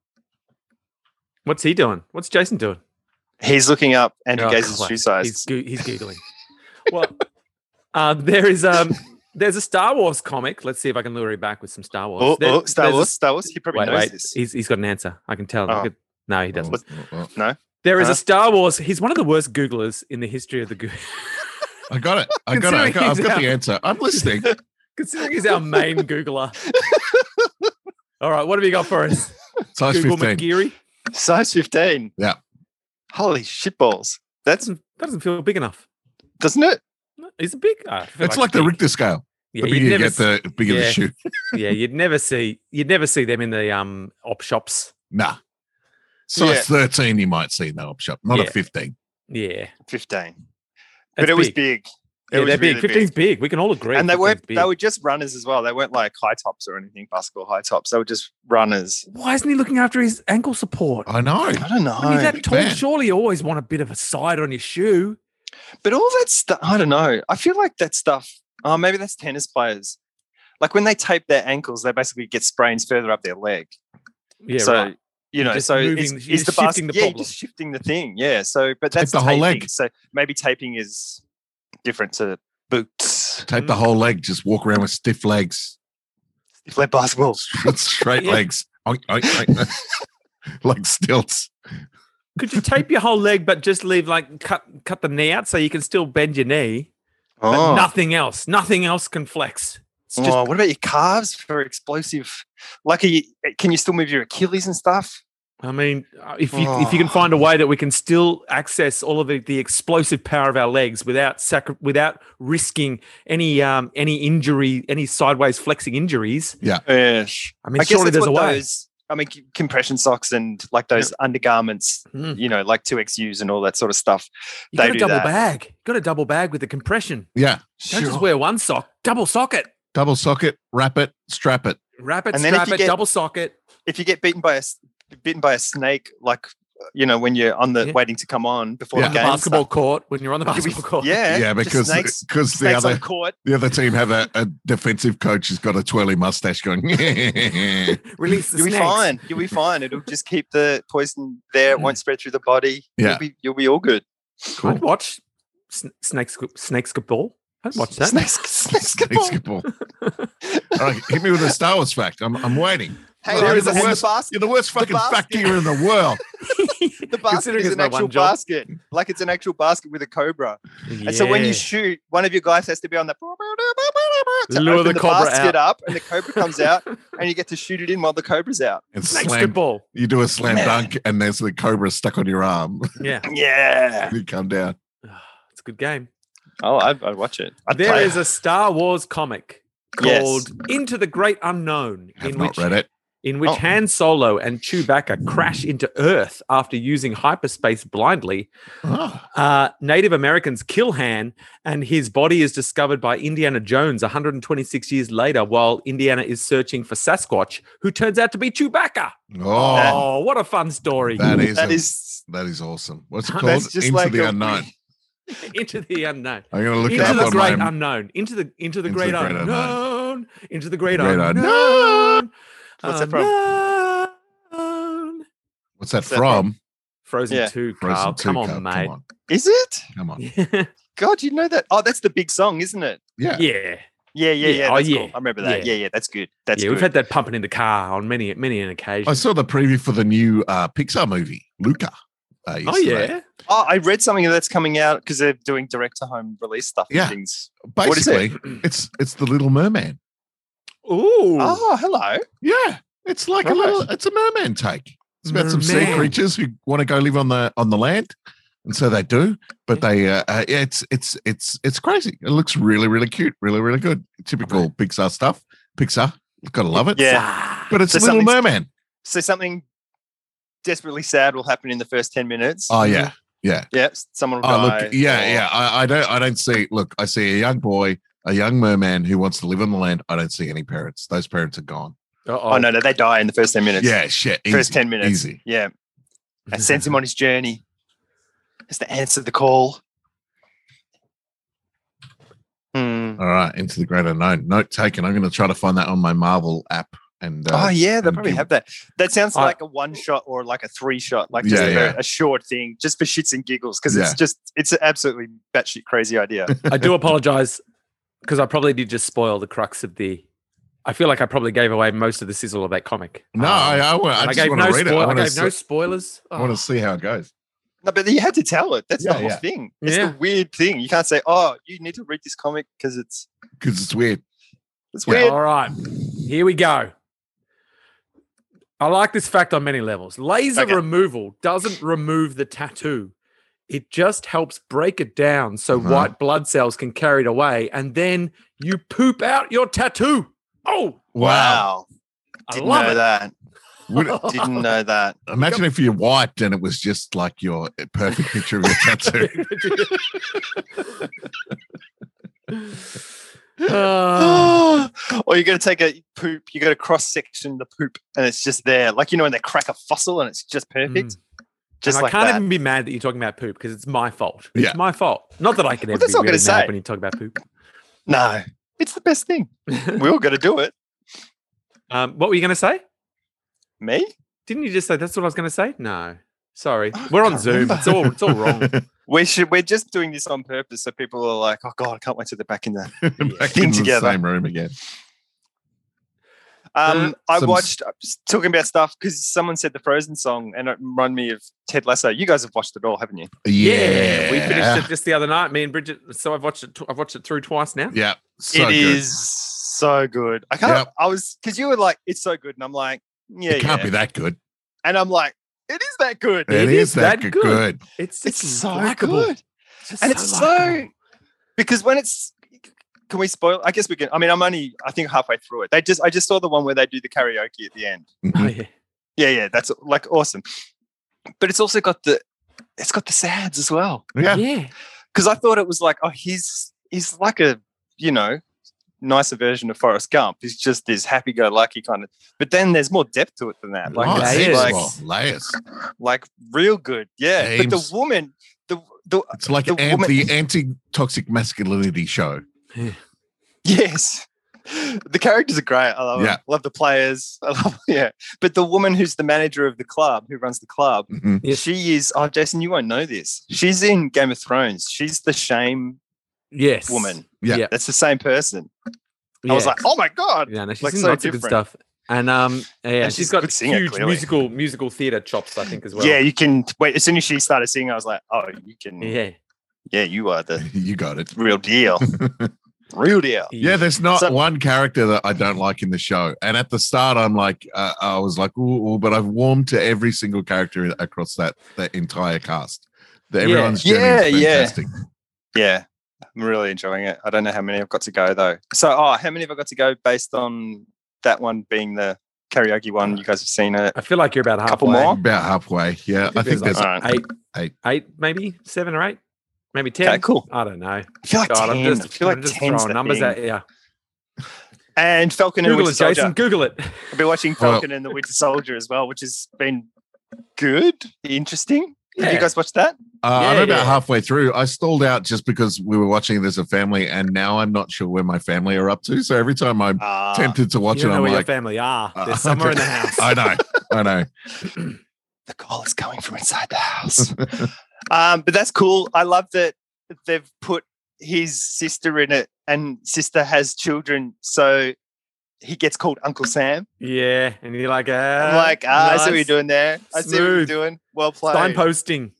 C: what's he doing? What's Jason doing?
D: He's looking up Andrew
C: Oh,
D: Gaze's
C: class.
D: shoe
C: He's,
D: size.
C: goo he's googling. well, um, there is um, there's a Star Wars comic. Let's see if I can lure him back with some Star Wars.
D: Oh,
C: There-
D: oh, Star
C: there's a-
D: Wars, Star Wars. He probably
C: wait,
D: knows
C: wait.
D: this.
C: He's, he's got an answer. I can tell.
D: Oh.
C: Look at- no, he doesn't.
B: Oh, oh, oh.
D: No?
C: There is
D: Huh?
C: a Star Wars. He's one of the worst Googlers in the history of the Google.
B: I got it. I got it. I got, I've got the
C: Considering
B: answer. I'm listening.
C: Considering he's our main Googler. All right, what have you got for us?
B: Size
C: Google
B: 15.
C: McGeary.
D: Size 15.
B: Yeah.
D: Holy shitballs. That's
C: Doesn't that doesn't feel big enough?
D: doesn't it?
C: He's a big. Ah, I feel
B: It's like the
C: big-
B: Richter scale.
C: Yeah,
B: the
C: you'd
B: bigger you
C: never
B: get,
C: s-
B: the bigger the
C: yeah.
B: shoe.
C: yeah, you'd never see you'd never see them in the um op shops.
B: Nah. Size
D: Yeah.
B: 13, you might see in the op shop, not a
C: Yeah.
B: 15.
C: Yeah,
D: 15.
C: that's
D: But it was
C: big.
D: big. It
C: Yeah,
D: was
C: they're big.
D: really big.
C: 15's big. We can all agree.
D: And they
C: 15's
D: weren't
C: big.
D: they were just runners as well. They weren't like high tops or anything, basketball high tops. They were just runners.
C: Why isn't he looking after his ankle support?
B: I know.
D: I don't know.
C: When you're that tall,
B: man.
C: surely you always want a bit of a side on your shoe.
D: But all that stuff, I don't know. I feel like that stuff, oh, maybe that's tennis players. Like when they tape their ankles, they basically get sprains further up their leg.
C: Yeah,
D: so,
C: right.
D: you know,
C: just
D: so
C: moving-
D: is,
C: you're
D: is the
C: just shifting the
D: basket, yeah, you're
C: problem.
D: just shifting the thing. Yeah. So, but that's
B: the whole
D: taping.
B: leg.
D: So maybe taping is different to boots,
B: Take
C: Mm.
B: the whole leg, just walk around with stiff legs,
D: if they're basketball.
B: straight
C: Yeah.
B: legs, Oink, oink, oink. like stilts.
C: Could you tape your whole leg, but just leave like cut cut the knee out so you can still bend your knee, but
D: Oh.
C: nothing else. Nothing else can flex. It's just
D: oh, what about your calves for explosive? Like, are you, can you still move your Achilles and stuff?
C: I mean, uh, if you if you
D: Oh.
C: can find a way that we can still access all of the, the explosive power of our legs without sacri- without risking any um any injury, any sideways flexing injuries.
D: Yeah.
C: I mean, surely there's a way.
D: those. I mean, c- compression socks and like those undergarments,
C: Mm.
D: you know, like 2XUs and all that sort of stuff.
C: You
D: they
C: got a
D: do
C: double
D: that.
C: bag. You got a double bag with the compression.
B: Yeah.
C: Don't just wear one sock. Double socket.
B: Double socket, wrap it, strap it.
C: Wrap it,
D: And then if
C: strap
D: you
C: it,
D: get-
C: double socket.
D: If you get beaten by a s- bitten by a snake, like you know, when you're on the
C: Yeah.
D: waiting to come on before
B: Yeah.
D: the
C: on
D: game,
C: the
D: and
C: basketball
D: stuff,
C: court when you're on the
D: you'll be-
C: basketball court.
D: Yeah,
B: Yeah,
D: just
B: because
D: snakes,
B: because the
D: snakes on
B: other
D: the court.
B: the other team have a, a defensive coach who's got a twirly mustache going.
C: Release the
D: You'll be
C: snakes.
D: fine. You'll be fine. It'll just keep the poison there. It won't spread through the body.
B: Yeah.
D: You'll be, you'll be all good.
B: cool.
C: I'd watch sn- snakes snakes ball. I'd watch that.
D: Snakes, snakes can
B: Thanks,
D: fall.
B: good ball. All right, hit me with a Star Wars fact. I'm, I'm waiting.
D: Hang
B: Well,
D: on,
B: there's
D: and
B: a
D: the
B: worst-
D: basket.
B: You're the worst fucking
D: basket.
B: fact giver in the world.
D: The basket
C: Considering
D: is
C: it's
D: an
C: my
D: actual
C: one job.
D: basket, like it's an actual basket with a cobra. And so when you
C: Yeah.
D: shoot, one of your guys has to be on the to
C: Lure
D: open
C: the cobra
D: basket up, and the cobra comes out, and you get to shoot it in while the cobra's out.
B: And
C: snakes
B: slam,
C: ball.
B: you do a slam
D: Man.
B: dunk, and there's the cobra stuck on your arm.
C: Yeah.
D: Yeah.
B: you come down.
C: It's a good game.
D: Oh, I'd, I'd watch it. I'd
C: There
D: play
C: is a Star Wars comic
D: Yes.
C: called Into the Great Unknown,
B: Have
C: in
B: not
C: which,
B: read it.
C: in which
D: Oh.
C: Han Solo and Chewbacca crash into Earth after using hyperspace blindly.
B: Oh,
C: Uh, Native Americans kill Han, and his body is discovered by Indiana Jones 126 years later while Indiana is searching for Sasquatch, who turns out to be Chewbacca.
B: oh
C: Oh, what a fun story.
B: that is
D: That
B: a-
D: is
B: that is awesome. What's it
C: That's
B: called?
D: that's just
B: Into
D: like
B: the
D: a-
B: unknown.
C: Into the unknown.
B: I'm gonna look it
C: into
B: up
C: the
B: on my
C: great unknown. Into the into the
B: Into the
C: great,
B: great
C: unknown. Into the great,
B: Great unknown.
C: unknown.
D: What's that from?
C: Unknown.
B: What's that
D: What's that
B: from?
C: Frozen
D: Yeah.
C: two,
B: Frozen
C: Carl.
B: 2,
C: Come on,
B: Carl,
C: mate.
B: Come on.
D: is it?
B: Come on.
C: Yeah.
D: God, you know that? Oh, that's the big song, isn't it?
B: Yeah.
C: yeah.
D: Yeah, yeah,
C: Yeah.
D: yeah.
C: Oh,
D: that's
C: yeah.
D: Cool. I remember that.
C: Yeah.
D: Yeah, yeah. That's good. That's
C: yeah,
D: good.
C: we've had that pumping in the car on many many an occasion.
B: I saw the preview for the new uh, Pixar movie, Luca. Uh,
C: oh
B: yesterday.
C: yeah.
D: oh, I read something that's coming out because they're doing direct to home release stuff
B: Yeah.
D: and things. What is
B: Basically,
D: it?
B: it's it's the Little Merman.
C: Ooh.
D: Oh, hello.
B: Yeah, it's like a
D: Right.
B: little. It's a merman take. It's about some sea
C: Merman.
B: creatures who want to go live on the on the land, and so they do. But they, uh, uh, yeah, it's it's it's it's crazy. It looks really really cute, really really good. Typical Pixar stuff. Pixar, gotta love it.
D: Yeah.
C: Ah.
B: but it's
D: So
B: Little
D: something's-
B: Merman.
D: So something desperately sad will happen in the first 10 minutes.
B: Oh yeah, yeah.
D: Yeah, someone will
B: Oh
D: die.
B: look, yeah,
D: or-
B: yeah. I, I don't I don't see. Look, I see a young boy, a young merman who wants to live on the land. I don't see any parents. Those parents are gone.
D: Oh, no, no, they die in the first 10 minutes.
B: Yeah, shit.
D: First
B: easy,
D: 10 minutes.
B: Easy.
D: Yeah. That sends him on his journey. Has to answer the call. Hmm.
B: All right, into the great unknown. Note taken. I'm going to try to find that on my Marvel app. And uh,
D: Oh yeah, they
B: and
D: probably
B: give-
D: have that. That sounds
C: I-
D: like a one shot or like a three shot, like just
B: Yeah,
D: a, very-
B: yeah.
D: a short thing, just for shits and giggles, because
B: Yeah.
D: it's just it's an absolutely batshit crazy idea.
C: I do apologize because I probably did just spoil the crux of the. I feel like I probably gave away most of the sizzle of that comic. Ah.
B: no, I, I, wa- I
C: and I
B: just
C: gave
B: want
C: no
B: to read it. I
C: spoil- I
B: want to
C: gave no
B: see,
C: spoilers.
B: I want
C: Oh.
B: to see how it goes.
D: No, but you had to tell it. That's
B: Yeah,
D: the whole
B: yeah.
D: thing. It's
C: Yeah.
D: the weird thing. You can't say, "Oh, you need to read this comic because it's
B: because it's weird.
D: it's
B: Yeah. Oh,
D: weird."
C: All right, here we go. I like this fact on many levels. Laser
D: Okay.
C: removal doesn't remove the tattoo. It just helps break it down so
B: Uh-huh.
C: white blood cells can carry it away and then you poop out your tattoo. Oh,
D: Wow,
C: I
D: didn't
C: love
D: know
C: it.
D: that.
B: Would-
D: Didn't know that.
B: imagine if you wiped and it was just like your eh, perfect picture of your tattoo.
C: Uh,
D: or you're going to take a poop. You got to cross section the poop, and it's just there. Like you know when they crack a fossil, and it's just perfect.
C: mm.
D: Just
C: and
D: like
C: I can't
D: that.
C: even be mad that you're talking about poop because it's my fault. It's
B: Yeah.
C: my fault. Not that I can
D: Well,
C: ever
D: that's
C: be
D: all I'm gonna
C: really mad
D: say.
C: when you talk about poop.
D: No, it's the best thing. we all got to do it.
C: Um, what were you going to say?
D: Me?
C: Didn't you just say that's what I was going to say? No, sorry,
D: Oh, I
C: we're on
D: can't
C: Zoom.
D: remember.
C: It's all it's all wrong.
D: We should. We're just doing this on purpose, so people are like, "Oh God, I can't wait till they're back in there."
B: Back
D: Thing
B: in the
D: together.
B: same room again.
D: Um, I
B: Some s-
D: watched I'm just talking about stuff because someone said the Frozen song, and it reminded me of Ted Lasso. You guys have watched it all, haven't you?
B: Yeah,
C: we finished it just the other night. Me and Bridget. So I've watched it. Tw- I've watched it through twice now.
B: Yeah, so
D: It is
B: good.
D: so good. I can't.
B: Yep.
D: I was because you were like, "It's so good," and I'm like, "Yeah,
B: it can't
D: yeah,"
B: be that good.
D: and I'm like, "It is that good."
B: it is, that, good.
C: It's
D: It's
C: just
D: so
C: likable.
D: good.
C: just
D: and it's so
C: likable.
D: because when it's can we spoil? I guess we can. I mean, I'm only I think halfway through it. They just I just saw the one where they do the karaoke at the end.
C: Oh,
B: Mhm.
C: yeah.
D: Yeah, yeah, that's like awesome. But it's also got the it's got the sads as well.
B: Yeah.
C: yeah,
D: Because I thought it was like, oh, he's he's like a you know nicer version of Forrest Gump. He's just this happy-go-lucky kind of. But then there's more depth to it than that. Like,
B: Oh,
C: that
D: it's
B: layers.
C: is.
D: like,
B: well, layers.
D: like real good. Yeah. But
B: Ames.
D: the woman, the the
B: It's like
D: The
B: an-
D: woman-
B: the anti-toxic masculinity show.
D: Yes. The characters are great. I love
B: Yeah.
D: it. Love the players. I love yeah. But the woman who's the manager of the club, who runs the club,
B: Mhm.
C: Yes.
D: she is oh Jason, you won't know this. She's in Game of Thrones. She's the shame
C: yes,
D: woman.
B: Yeah.
C: yeah.
D: That's the same person. I was
C: yeah.
D: like, oh my God.
C: Yeah, no, she's
D: Like,
C: in
D: so
C: lots of good
D: different.
C: stuff. And um, yeah,
D: And
C: she's
D: she's a
C: got
D: good singer,
C: huge
D: clearly.
C: musical musical theater chops, I think, as well.
D: Yeah, you can wait. As soon as she started singing, I was like, oh, you can yeah,
C: yeah,
D: you are the
B: You got it.
D: real deal. real deal.
B: Yeah, there's not
D: So-
B: one character that I don't like in the show. And at the start, I'm like, uh, I was like, ooh, ooh, but I've warmed to every single character in- across that that entire cast. The,
C: Yeah.
B: everyone's journey
D: Yeah,
B: is
D: yeah.
B: fantastic.
D: Yeah. I'm really enjoying it. I don't know how many I've got to go though. So, oh, how many have I got to go based on that one being the karaoke one?
C: Uh,
D: You guys have seen it.
C: I feel like you're about halfway.
D: Couple more?
B: About halfway. Yeah, I think
C: There's
B: there's.
C: like-
D: Alright.
C: eight,
B: Eight.
C: eight, maybe seven or eight, maybe ten.
D: Okay, cool.
C: I don't know.
D: I feel like
C: God,
D: 10.
C: I'm just,
D: I feel like
C: I'm just
D: 10's
C: throwing
D: the
C: numbers
D: thing.
C: out. Yeah,
D: And Falcon and
C: Google
D: Winter
C: it, Jason.
D: Soldier.
C: Google it.
D: I've been watching
B: Well-
D: Falcon and the Winter Soldier as well, which has been good, interesting. Have
C: Yeah.
D: you guys watched that?
B: Uh, I'm
C: Yeah,
B: about
C: yeah.
B: halfway through. I stalled out just because we were watching this as a family, and now I'm not sure where my family are up to. So every time I'm
D: Ah,
B: tempted to watch
C: you
B: it,
C: don't know
B: I'm
C: where your
B: like,
C: family are.
B: uh,
C: They're somewhere in the
B: okay.
C: house.
B: I know, I know.
D: the call is coming from inside the house. um, but that's cool. I love that they've put his sister in it, and sister has children, so he gets called Uncle Sam.
C: Yeah, and you're like, uh,
D: I'm like, ah, I see what you're
C: nice.
D: doing there. I see what you're
C: Smooth.
D: doing. Well played.
C: Signposting.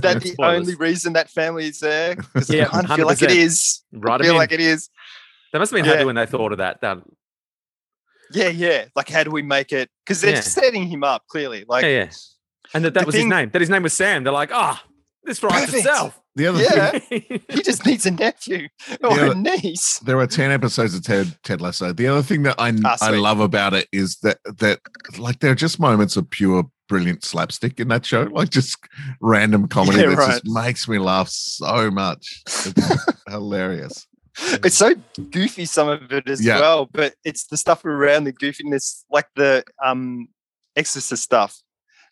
D: that the
C: Spoilers.
D: only reason that family is there? 'Cause
C: Yeah,
D: I kinda feel like it
C: 100%.
D: is. I
C: Right.
D: feel
C: Like
D: like it is.
C: that must have been
D: Yeah.
C: happy when they thought of that. That.
D: Yeah, yeah. Like, how do we make it? Because they're
C: Yeah.
D: setting him up clearly. Like,
C: yeah, yeah. And that, that
D: the
C: was
D: thing-
C: his name. That his name was Sam. They're like, ah, this writes
D: Perfect.
C: itself.
B: The other
D: Yeah.
B: thing,
D: he just needs a nephew or
B: Yeah.
D: a niece.
B: there are ten episodes of Ted Ted Lasso. The other thing that I
D: Ah,
B: I
D: sweet.
B: love about it is that that like there are just moments of pure brilliant slapstick in that show, like just random comedy
D: Yeah,
B: that
D: right.
B: just makes me laugh so much. It's hilarious.
D: It's so goofy, some of it as
B: Yeah.
D: well, but it's the stuff around the goofiness, like the um exorcist stuff.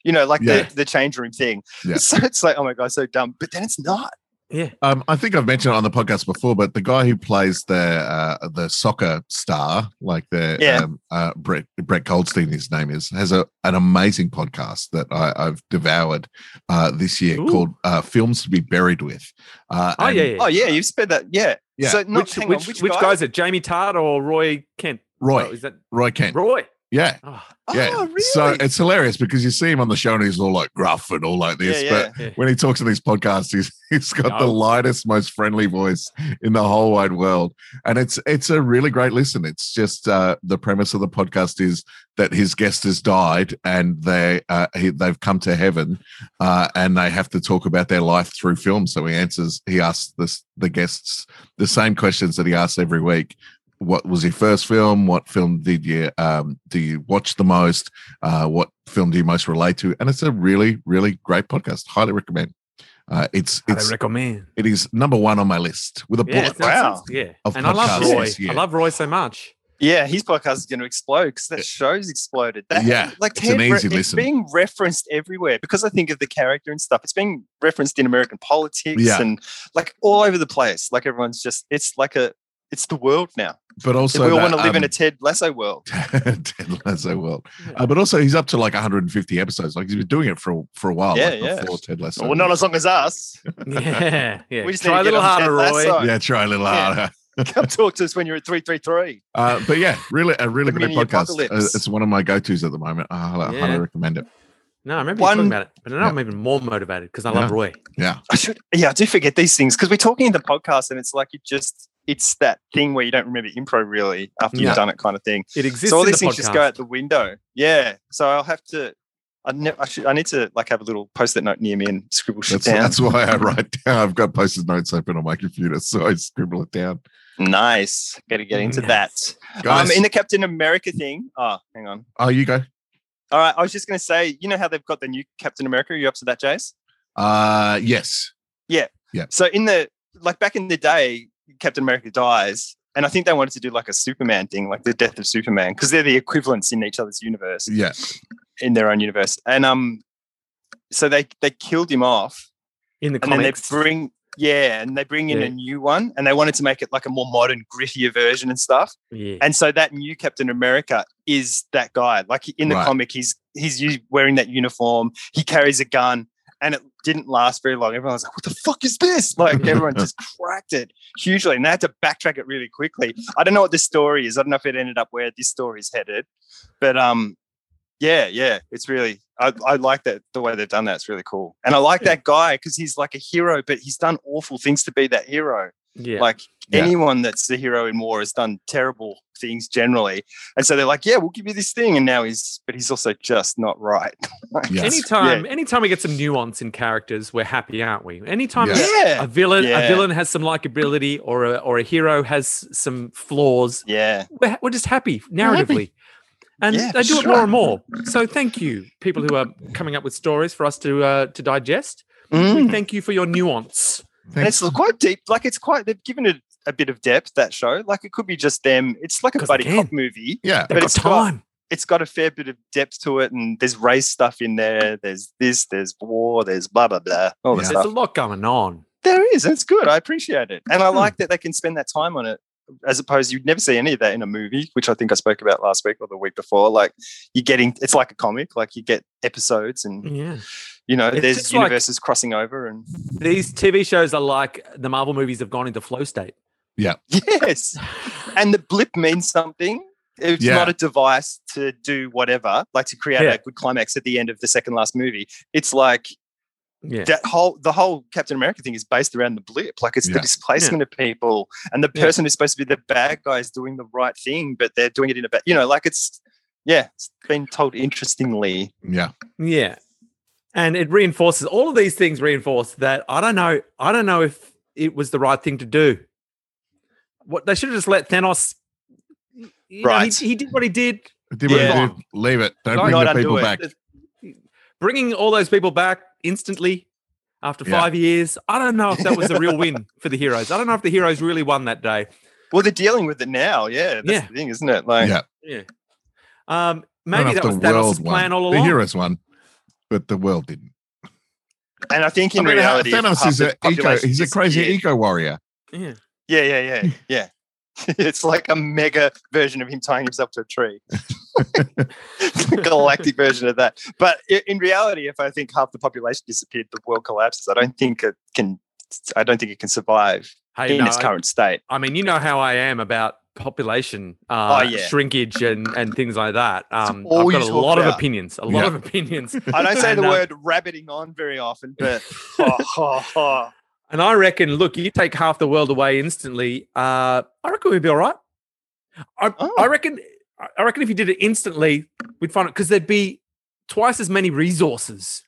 D: You know, like
B: Yeah.
D: the, the change room thing.
B: Yeah.
D: So it's like, oh my god, so dumb. But then it's not.
C: yeah.
B: Um, I think I've mentioned it on the podcast before, but the guy who plays the uh, the soccer star, like the
D: Yeah.
B: um, uh, Brett Brett Goldstein, his name is, has a an amazing podcast that I, I've devoured uh, this year
C: Ooh.
B: called uh, "Films to Be Buried With." Uh,
C: Oh
B: and-
C: yeah, yeah.
D: Oh yeah, you've spent that. Yeah.
B: Yeah.
D: So not
C: which
D: hang
C: which,
D: on,
C: which guy? is it? Jamie Tart or Roy Kent? Oh,
B: Roy
C: is that
B: Roy Kent.
C: Roy?
B: Yeah.
C: Oh,
B: Yeah.
D: Oh, really?
B: So it's hilarious because you see him on the show and he's all like gruff and all like this.
D: yeah,
B: But
D: yeah.
C: yeah.
B: when he talks in these podcasts, he's he's got the
C: No.
B: lightest, most friendly voice in the whole wide world, and it's it's a really great listen. It's just uh, the premise of the podcast is that his guest has died and they uh, he, they've come to heaven, uh, and they have to talk about their life through film. So he answers he asks this the guests the same questions that he asks every week. What was your first film? What film did you um, do you watch the most? uh, what film do you most relate to? And it's a really, really great podcast. Highly recommend. Uh, it's
C: I
B: it's
C: recommend.
B: it is number one on my list with a
C: Yeah,
B: bullet.
C: it's- it's-
D: Wow.
C: Yeah.
B: Of
C: and I love
B: podcasts
C: Roy.
B: this year.
C: I love Roy so much.
D: Yeah, his podcast is going to explode because that
B: Yeah.
D: show's exploded. That,
B: Yeah,
D: like
B: it's an
D: Ted Re-
B: easy
D: it's
B: listen.
D: being referenced everywhere because I think of the character and stuff. It's being referenced in American politics
B: Yeah.
D: and like all over the place. Like everyone's just, it's like a, it's the world now.
B: But also,
D: we all
B: that,
D: want to live in
B: um,
D: a Ted Lasso world.
B: Ted Lasso world.
C: Yeah.
B: Uh, but also, he's up to like 150 episodes. Like he's been doing it for for a while.
D: Yeah,
B: like,
D: yeah.
B: Before Ted Lasso.
D: well, not as long as us.
C: Yeah. Yeah.
D: We just need
C: Try
D: to
C: a
D: get
C: little
D: on Ted
C: harder, Roy.
D: Lasso.
B: yeah, try a little
D: Yeah.
B: harder.
D: Come talk to us when you're at 333.
B: Uh, but yeah, really a really
D: The
B: great
D: mini
B: podcast. Uh,
D: apocalypse.
B: it's one of my go tos at the moment. I highly,
C: Yeah.
B: highly recommend it.
C: No, I remember you
D: One-
C: talking about it, but now
B: Yeah.
C: I'm even more motivated because I love
B: Yeah.
C: Roy.
D: I should, yeah, I do forget these things because we're talking in the podcast and it's like you just, it's that thing where you don't remember improv really after
B: Yeah.
D: you've done it kind of thing.
C: It exists.
D: so all
C: in
D: these
C: the
D: things just go
C: podcast.
D: out the window. Yeah. So I'll have to. I, ne- I, should, I need to like have a little post-it note near me and scribble shit
B: That's
D: down.
B: that's why I write down. I've got post-it notes open on my computer, so I scribble it down.
D: nice. Got to get into
C: Nice.
D: that. Um,
B: Mm. Guys,
D: in the Captain America thing. Oh, hang on.
B: oh, you go.
D: All right. I was just going to say, you know how they've got the new Captain America. Are you up to that, Jace?
B: Uh, yes.
D: So in the like back in the day, Captain America dies, and I think they wanted to do like a Superman thing, like the death of Superman, because they're the equivalents in each other's universe.
B: Yeah.
D: In their own universe, and um, so they they killed him off,
C: in the
D: and then they
C: comics.
D: bring yeah and they bring in
C: Yeah.
D: a new one and they wanted to make it like a more modern grittier version and stuff
C: yeah.
D: and so that new captain america is that guy like in the
B: Right.
D: comic he's he's u- wearing that uniform he carries a gun and it didn't last very long everyone was like what the fuck is this like everyone just cracked it hugely and they had to backtrack it really quickly i don't know what this story is i don't know if it ended up where this story is headed but um yeah yeah it's really I, I like that the way they've done that it's really cool and i like that guy because he's like a hero but he's done awful things to be that hero
C: yeah.
D: like
B: Yeah.
D: anyone that's the hero in war has done terrible things generally and so they're like yeah we'll give you this thing and now he's but he's also just not right
B: Yes.
C: anytime, anytime we get some nuance in characters, we're happy, aren't we? Anytime
B: Yeah.
D: yeah
C: a villain, a
D: Yeah.
C: villain has some likability, or a or a hero has some flaws,
D: yeah
C: we're, we're just happy narratively. And
D: Yeah,
C: they do it
D: sure.
C: more and more. So thank you, people who are coming up with stories for us to uh, to digest. We
D: Mm.
C: thank you for your nuance.
D: and it's quite deep like it's quite they've given it a bit of depth that show like it could be just them it's like a
C: 'Cause they
D: buddy
C: can.
D: cop movie
B: yeah.
C: They've
D: But
C: got
D: it's got-
C: time.
D: it's got a fair bit of depth to it and there's race stuff in there there's this there's war there's blah blah blah all
B: Yeah.
D: this
C: There's a
D: stuff
C: lot going on.
D: there is it's good i appreciate it and i
C: Hmm.
D: like that they can spend that time on it as opposed you'd never see any of that in a movie which i think i spoke about last week or the week before like you're getting it's like a comic like you get episodes and
C: Yeah.
D: you know
C: Mm. It's
D: there's
C: just like-
D: universes crossing over and
C: These TV shows are like the Marvel movies have gone into flow state.
D: yes and the blip means something it's
B: Yeah.
D: not a device to do whatever like to create
C: Yeah.
D: a good climax at the end of the second last movie it's like
C: Yeah.
D: that whole the whole Captain America thing is based around the blip. Like it's
B: Yeah.
D: the displacement of people, and the
C: Yeah.
D: person who's supposed to be the bad guy is doing the right thing, but they're doing it in a bad. You know, like it's yeah, it's been told interestingly.
B: Yeah.
C: Yeah. And it reinforces all of these things reinforce that I don't know, I don't know if it was the right thing to do. What they should have just let Thanos you know, he-
D: Right.
C: he, did what he did.
B: Did what
D: Yeah.
B: it did. Leave it. Don't
C: Don't-
B: bring
D: not
B: the
D: undo
B: people
D: it.
B: back.
C: Bringing all those people back instantly after
B: Yeah.
C: five years. I don't know if that was a real win for the heroes. I don't know if the heroes really won that day.
D: Well, they're dealing with it now. Yeah, that's
C: Yeah.
D: the thing, isn't it? Like
B: Yeah.
C: Yeah. Um
B: Not
C: maybe
B: enough
C: that was
B: the world
C: Thanos'
B: won.
C: plan all
B: The
C: along.
B: heroes won, but the world didn't.
D: and I think in
B: I mean, uh,
D: reality,
B: Thanos
D: half
B: is
D: the
B: a eco.
D: population
B: He's a crazy
D: disappeared.
B: eco warrior.
C: yeah.
D: Yeah, yeah, yeah, yeah. it's like a mega version of him tying himself to a tree. Galactic version of that. But i- in reality, if I think half the population disappeared, the world collapses. I don't think it can. I don't think it can survive
C: Hey,
D: in
C: no,
D: its
C: I-
D: current state.
C: I mean, you know how I am about population uh,
D: Oh, yeah.
C: shrinkage and, and things like that. Um, I've
D: all
C: got
D: you
C: a
D: talk
C: lot of
D: about.
C: opinions, a lot
B: Yeah.
C: of opinions.
D: I don't say
C: And,
D: the
C: uh,
D: word rabbiting on very often, but oh, oh, oh.
C: And I reckon, look, you take half the world away instantly. Uh, I reckon we'd be all right. I,
D: Oh.
C: I reckon. I- I reckon if you did it instantly, we'd find it because there'd be twice as many resources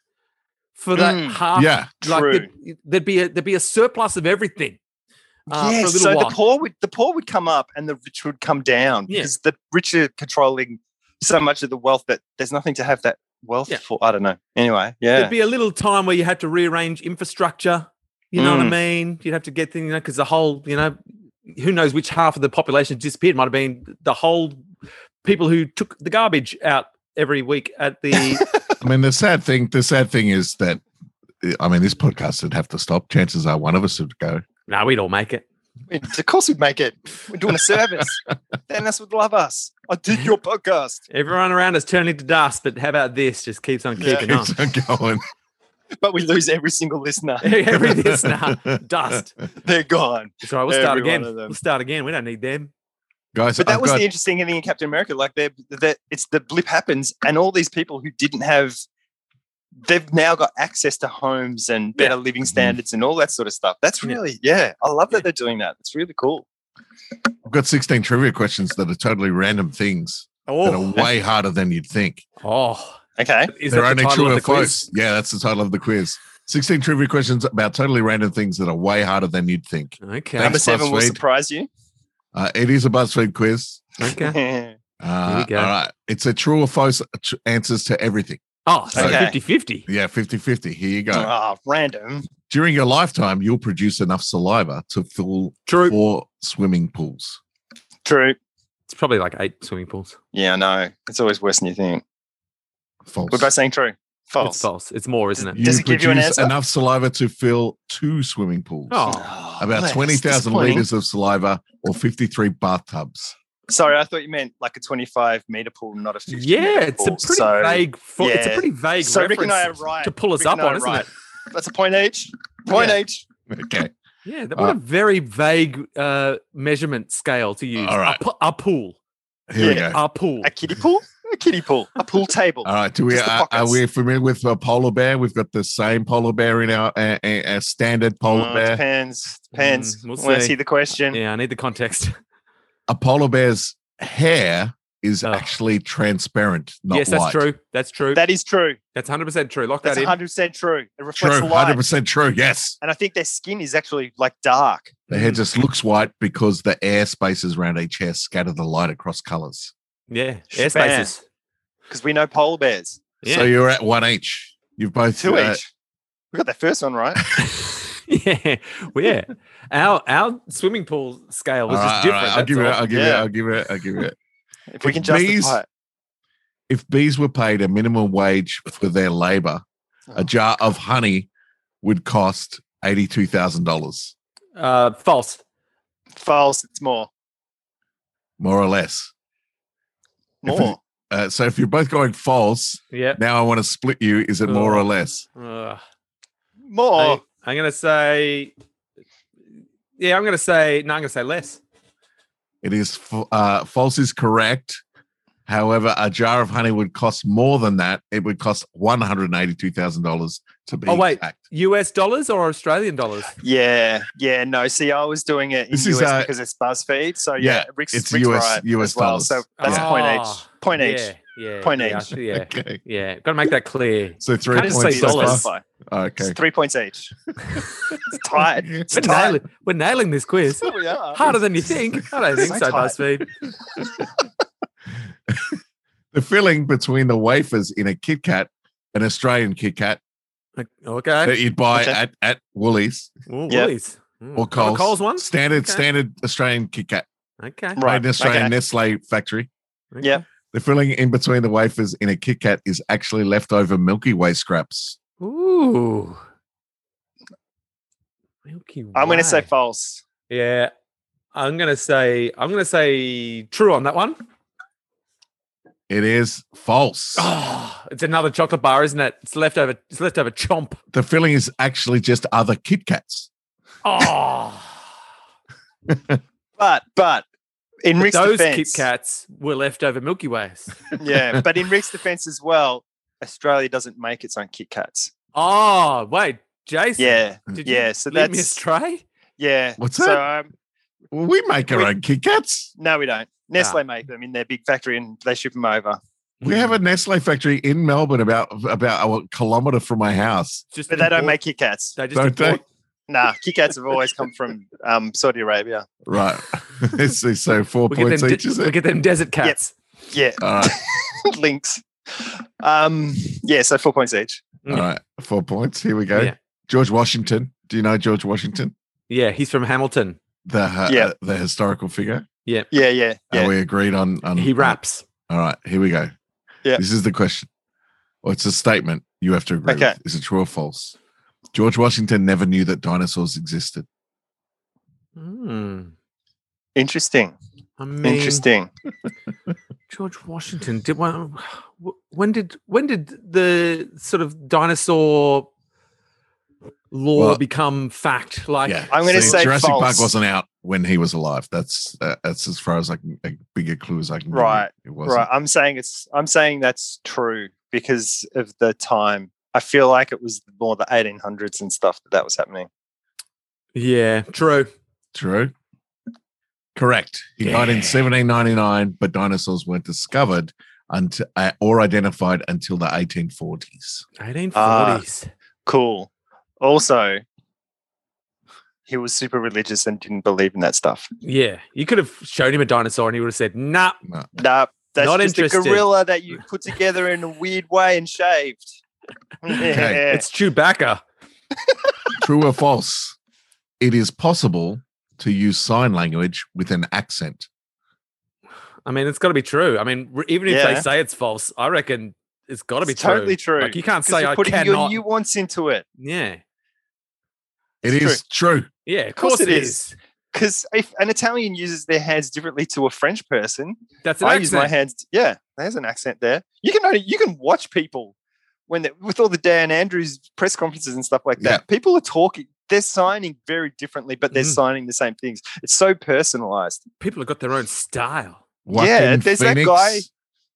C: for that
D: Mm.
C: half.
B: yeah.
C: like
D: True.
C: There'd, there'd be a there'd be a surplus of everything. uh, for a
D: yes,
C: little
D: so
C: while.
D: the poor would the poor would come up and the rich would come down
C: Yeah.
D: because the rich are controlling so much of the wealth that there's nothing to have that wealth
C: Yeah.
D: for. I don't know. Anyway, yeah.
C: There'd be a little time where you had to rearrange infrastructure. You know
D: Mm.
C: what I mean? You'd have to get things, you know, because the whole, you know, who knows which half of the population disappeared? Might have been the whole people who took the garbage out every week at the.
B: I mean, the sad thing, the sad thing is that, I mean, this podcast would have to stop. Chances are one of us would go.
C: no, we'd all make it.
D: We'd- of course, we'd make it. We're doing a service. Dennis would love us. I did your podcast.
C: Everyone around us turning to dust, but how about this? Just keeps on
D: Yeah.
C: keeping on.
B: Keeps on going.
D: But we lose every single listener.
C: Every this now, dust.
D: They're gone.
C: It's all right. We'll start
D: Every one
C: again.
D: of them.
C: We'll start again. We don't need them.
B: Guys,
D: But that
C: oh
B: I've
D: was
B: got-
D: the interesting thing in Captain America. Like, they're, that it's the blip happens, and all these people who didn't have, they've now got access to homes and better living standards and all that sort of stuff. That's
C: Mm-hmm. Yeah.
D: really, yeah, I love that
C: Yeah.
D: they're doing that. It's really cool.
B: I've got 16 trivia questions that are totally random things that
C: Oh,
B: are way harder than you'd think.
C: oh.
D: Okay.
C: Is
B: They're
C: that the
B: only
C: title
B: true
C: of
B: or
C: the quiz?
B: false. Yeah, that's the title of the quiz. 16 trivia questions about totally random things that are way harder than you'd think.
C: Okay.
D: Number
B: Thanks,
D: seven will
B: BuzzFeed.
D: surprise you.
B: Uh, it is a BuzzFeed quiz.
C: Okay. Here
B: Uh,
C: we go.
B: All right. It's a true or false tr- answers to everything.
C: Oh, so
D: Okay.
C: 50 50.
B: Yeah, 50 50. Here you go.
D: Ah, random.
B: During your lifetime, you'll produce enough saliva to fill
C: True.
B: four swimming pools.
D: True.
C: It's probably like eight swimming pools.
D: Yeah, I know. It's always worse than you think.
B: False.
D: We're both saying true. False.
C: It's false. It's more, isn't it?
D: Does it give you an
B: produce
D: answer?
B: Enough saliva to fill two swimming pools.
C: Oh,
D: Oh,
B: About
D: that's
B: 20,000
D: disappointing.
B: liters of saliva or 53 bathtubs.
D: Sorry, I thought you meant like a 25 meter pool, not a 50
C: yeah.
D: meter
C: It's a
D: pool.
C: pretty
D: So-
C: vague. Fo- It's a
D: yeah.
C: pretty vague
D: So Rick
C: reference
D: and I are right.
C: to pull us
D: Rick and
C: up
D: I
C: on,
D: are
C: isn't
D: right.
C: it?
D: That's a point each. Point
B: Yeah.
D: each.
B: Okay.
C: Yeah. That, what a very vague uh, measurement scale to use.
B: All right.
C: A, pu- a pool.
B: Here we
D: Yeah.
B: go.
C: A pool.
D: A kiddie pool? A kiddie pool. A pool table.
B: All right. Do we
D: Just the
B: are, are
D: pockets.
B: we familiar with a polar bear? We've got the same polar bear in our uh, uh, uh, standard polar
D: Uh,
B: bear.
D: depends. Depends.
C: Mm, we'll
D: When I
C: see.
D: see the question.
C: Yeah. I need the context.
B: A polar bear's hair is
C: Oh.
B: actually transparent, not
C: yes, that's
B: white.
C: true. That's true.
D: That is true.
C: that's 100% true. Lock
D: That's
C: that in.
D: 100% true. It reflects
B: True,
D: the light.
B: hundred percent true. Yes,
D: And I think their skin is actually like dark.
B: the
C: Mm-hmm.
B: hair just looks white because the air spaces around each hair scatter the light across colors.
C: Yeah. Air
D: Span.
C: spaces.
D: because we know polar bears.
C: Yeah.
B: So you're at one each. You've both
D: Two
B: uh,
D: each. We got that first one right.
C: yeah. Well, yeah. Our, our swimming pool scale
B: all
C: was
B: right,
C: just
B: all
C: different.
B: right, I'll give it.
C: that's all.
B: I'll give it.
D: Yeah.
B: I'll give it. I'll give it.
D: If we can
B: Bees-
D: justify it.
B: If bees were paid a minimum wage for their labor, a jar of honey would cost eighty-two thousand dollars.
C: Uh, false.
D: False. It's more.
B: more or less. If
D: More.
B: Uh, so if you're both going false,
C: Yep.
B: now I want to split you. Is it more or less?
C: Ugh.
D: More.
C: I, am gonna say, yeah, I'm gonna say, no, I'm gonna say less.
B: It is f- uh, false is correct. However, a jar of honey would cost more than that. It would cost one hundred and eighty-two thousand dollars to be
C: Oh, wait.
B: exact.
C: U.S. dollars or Australian dollars?
D: Yeah, yeah, no. See, I was doing it in
B: This is,
D: US
B: uh,
D: because it's BuzzFeed. So yeah,
B: yeah,
D: Rick's,
B: it's
D: Rick's
B: US
D: right
B: US
D: as well.
B: dollars.
D: So that's
C: Yeah.
D: point
C: Ah,
D: H. Point H.
C: yeah, yeah,
D: Point
C: yeah,
D: H.
C: Yeah,
B: Okay.
C: yeah. Got to make that clear.
B: So three
C: Can't
B: points.
C: just say
B: so
C: dollars.
B: far.
D: Justify. It's
B: Okay.
D: three points each. it's tight. It's
C: We're
D: tight.
C: nailing, we're nailing this quiz.
D: Oh, we are.
C: Harder than you think. I don't think so,
D: So tight.
C: BuzzFeed.
B: The filling between the wafers in a Kit Kat, an Australian Kit Kat
C: Like, Okay.
B: that you'd buy
D: Okay. Hmm.
B: at at Woolies
C: Ooh,
D: Yeah.
C: Woolies.
B: or
C: Ooh, another
B: Coles,
C: Coles one.
B: standard
C: Okay.
B: standard Australian Kit Kat,
C: Okay.
B: right? Made in Australian
D: okay.
B: Nestle factory.
C: okay.
D: Yeah.
B: The filling in between the wafers in a Kit Kat is actually leftover Milky Way scraps.
C: Ooh. Milky
D: I'm going to say
C: Way.
D: false.
C: Yeah. I'm gonna say I'm gonna say true on that one.
B: It is false.
C: Oh, it's another chocolate bar, isn't it? It's leftover. It's leftover chomp.
B: The filling is actually just other
C: Ah.
B: Kit Kats.
C: Oh,
D: But but in
C: But
D: Rick's
C: those Kit
D: defense,
C: Kats were leftover Milky Ways.
D: yeah, but in Rick's defense as well, Australia doesn't make its own Kit Kats.
C: oh wait, Jason.
D: Yeah,
C: Did
D: yeah.
C: You
D: So
C: leave me a
D: that's
C: stray.
D: yeah.
B: What's
D: so
B: that?
D: um,
B: Well, we make our
D: We-
B: own Kit Kats.
D: no, we don't.
C: Ah.
D: Nestle make them in their big factory and they ship them over.
B: We
C: Mm.
B: have a Nestle factory in Melbourne, about about a kilometre from my house.
C: Just
D: But they don't
C: import-
D: make Kit Kats.
C: They just
B: Don't they?
C: import-
D: Nah, Kit Kats have always come from um, Saudi Arabia.
B: Right. so, so four
C: We get,
B: points
C: them
B: each,
C: de-
B: is
C: we
B: it?
C: get them desert cats.
D: Yeah,
B: All right.
D: links. Um, yeah, so four points each.
B: All
C: Mm.
B: right. Four points. Here we go.
C: Yeah.
B: George Washington. Do you know George Washington?
C: Yeah, he's from Hamilton.
B: The uh,
D: Yeah.
B: the historical figure.
D: Yeah, yeah,
B: Uh,
D: yeah.
B: we agreed on, on
C: He raps.
B: All right, here we go.
D: Yeah.
B: This is the question. Well, it's a statement you have to agree
D: Okay.
B: with. Is it true or false? George Washington never knew that dinosaurs existed.
C: Mm.
D: Interesting.
C: I mean,
D: Interesting.
C: George Washington did one. When did when did the sort of dinosaur law
B: Well-
C: become fact? Like,
B: yeah.
D: I'm gonna say
B: Jurassic Park
D: false.
B: wasn't out when he was alive. That's uh, that's as far as I can a bigger clue as I can give you.
D: Right,
B: It wasn't.
D: Right. I'm saying it's I'm saying that's true because of the time. I feel like it was more the 1800s and stuff that that was happening.
C: yeah, true.
B: True. Correct. He died in
C: Yeah.
B: 1799, but dinosaurs weren't discovered until uh, or identified until the 1840s.
C: 1840s.
D: Cool. Also, he was super religious and didn't believe in that stuff.
C: yeah, you could have shown him a dinosaur and he would have said, "Nah,
B: No.
D: Nah, that's
C: Not
D: just a
C: interested.
D: gorilla that you put together in a weird way and shaved. Yeah.
C: it's Chewbacca."
B: True or false? It is possible to use sign language with an accent.
C: I mean, it's got to be true. I mean, r- even if
D: Yeah.
C: they say it's false, I reckon it's got to be
D: It's totally true.
C: Like, you can't
D: 'Cause
C: say
D: you're
C: I
D: putting your
C: cannot.
D: nuance into it.
C: yeah,
B: It
D: It's
B: is true.
C: yeah, of course, it is.
D: Because if an Italian uses their hands differently to a French person,
C: That's an
D: I use
C: accent.
D: my hands. Yeah, there's an accent there. You can only, you can watch people when they, with all the Dan Andrews press conferences and stuff like that. People are talking. They're signing very differently, but they're
C: Mhm.
D: signing the same things. It's so personalized.
C: People have got their own style.
D: yeah,
B: Joaquin
D: there's that
B: Phoenix-
D: guy.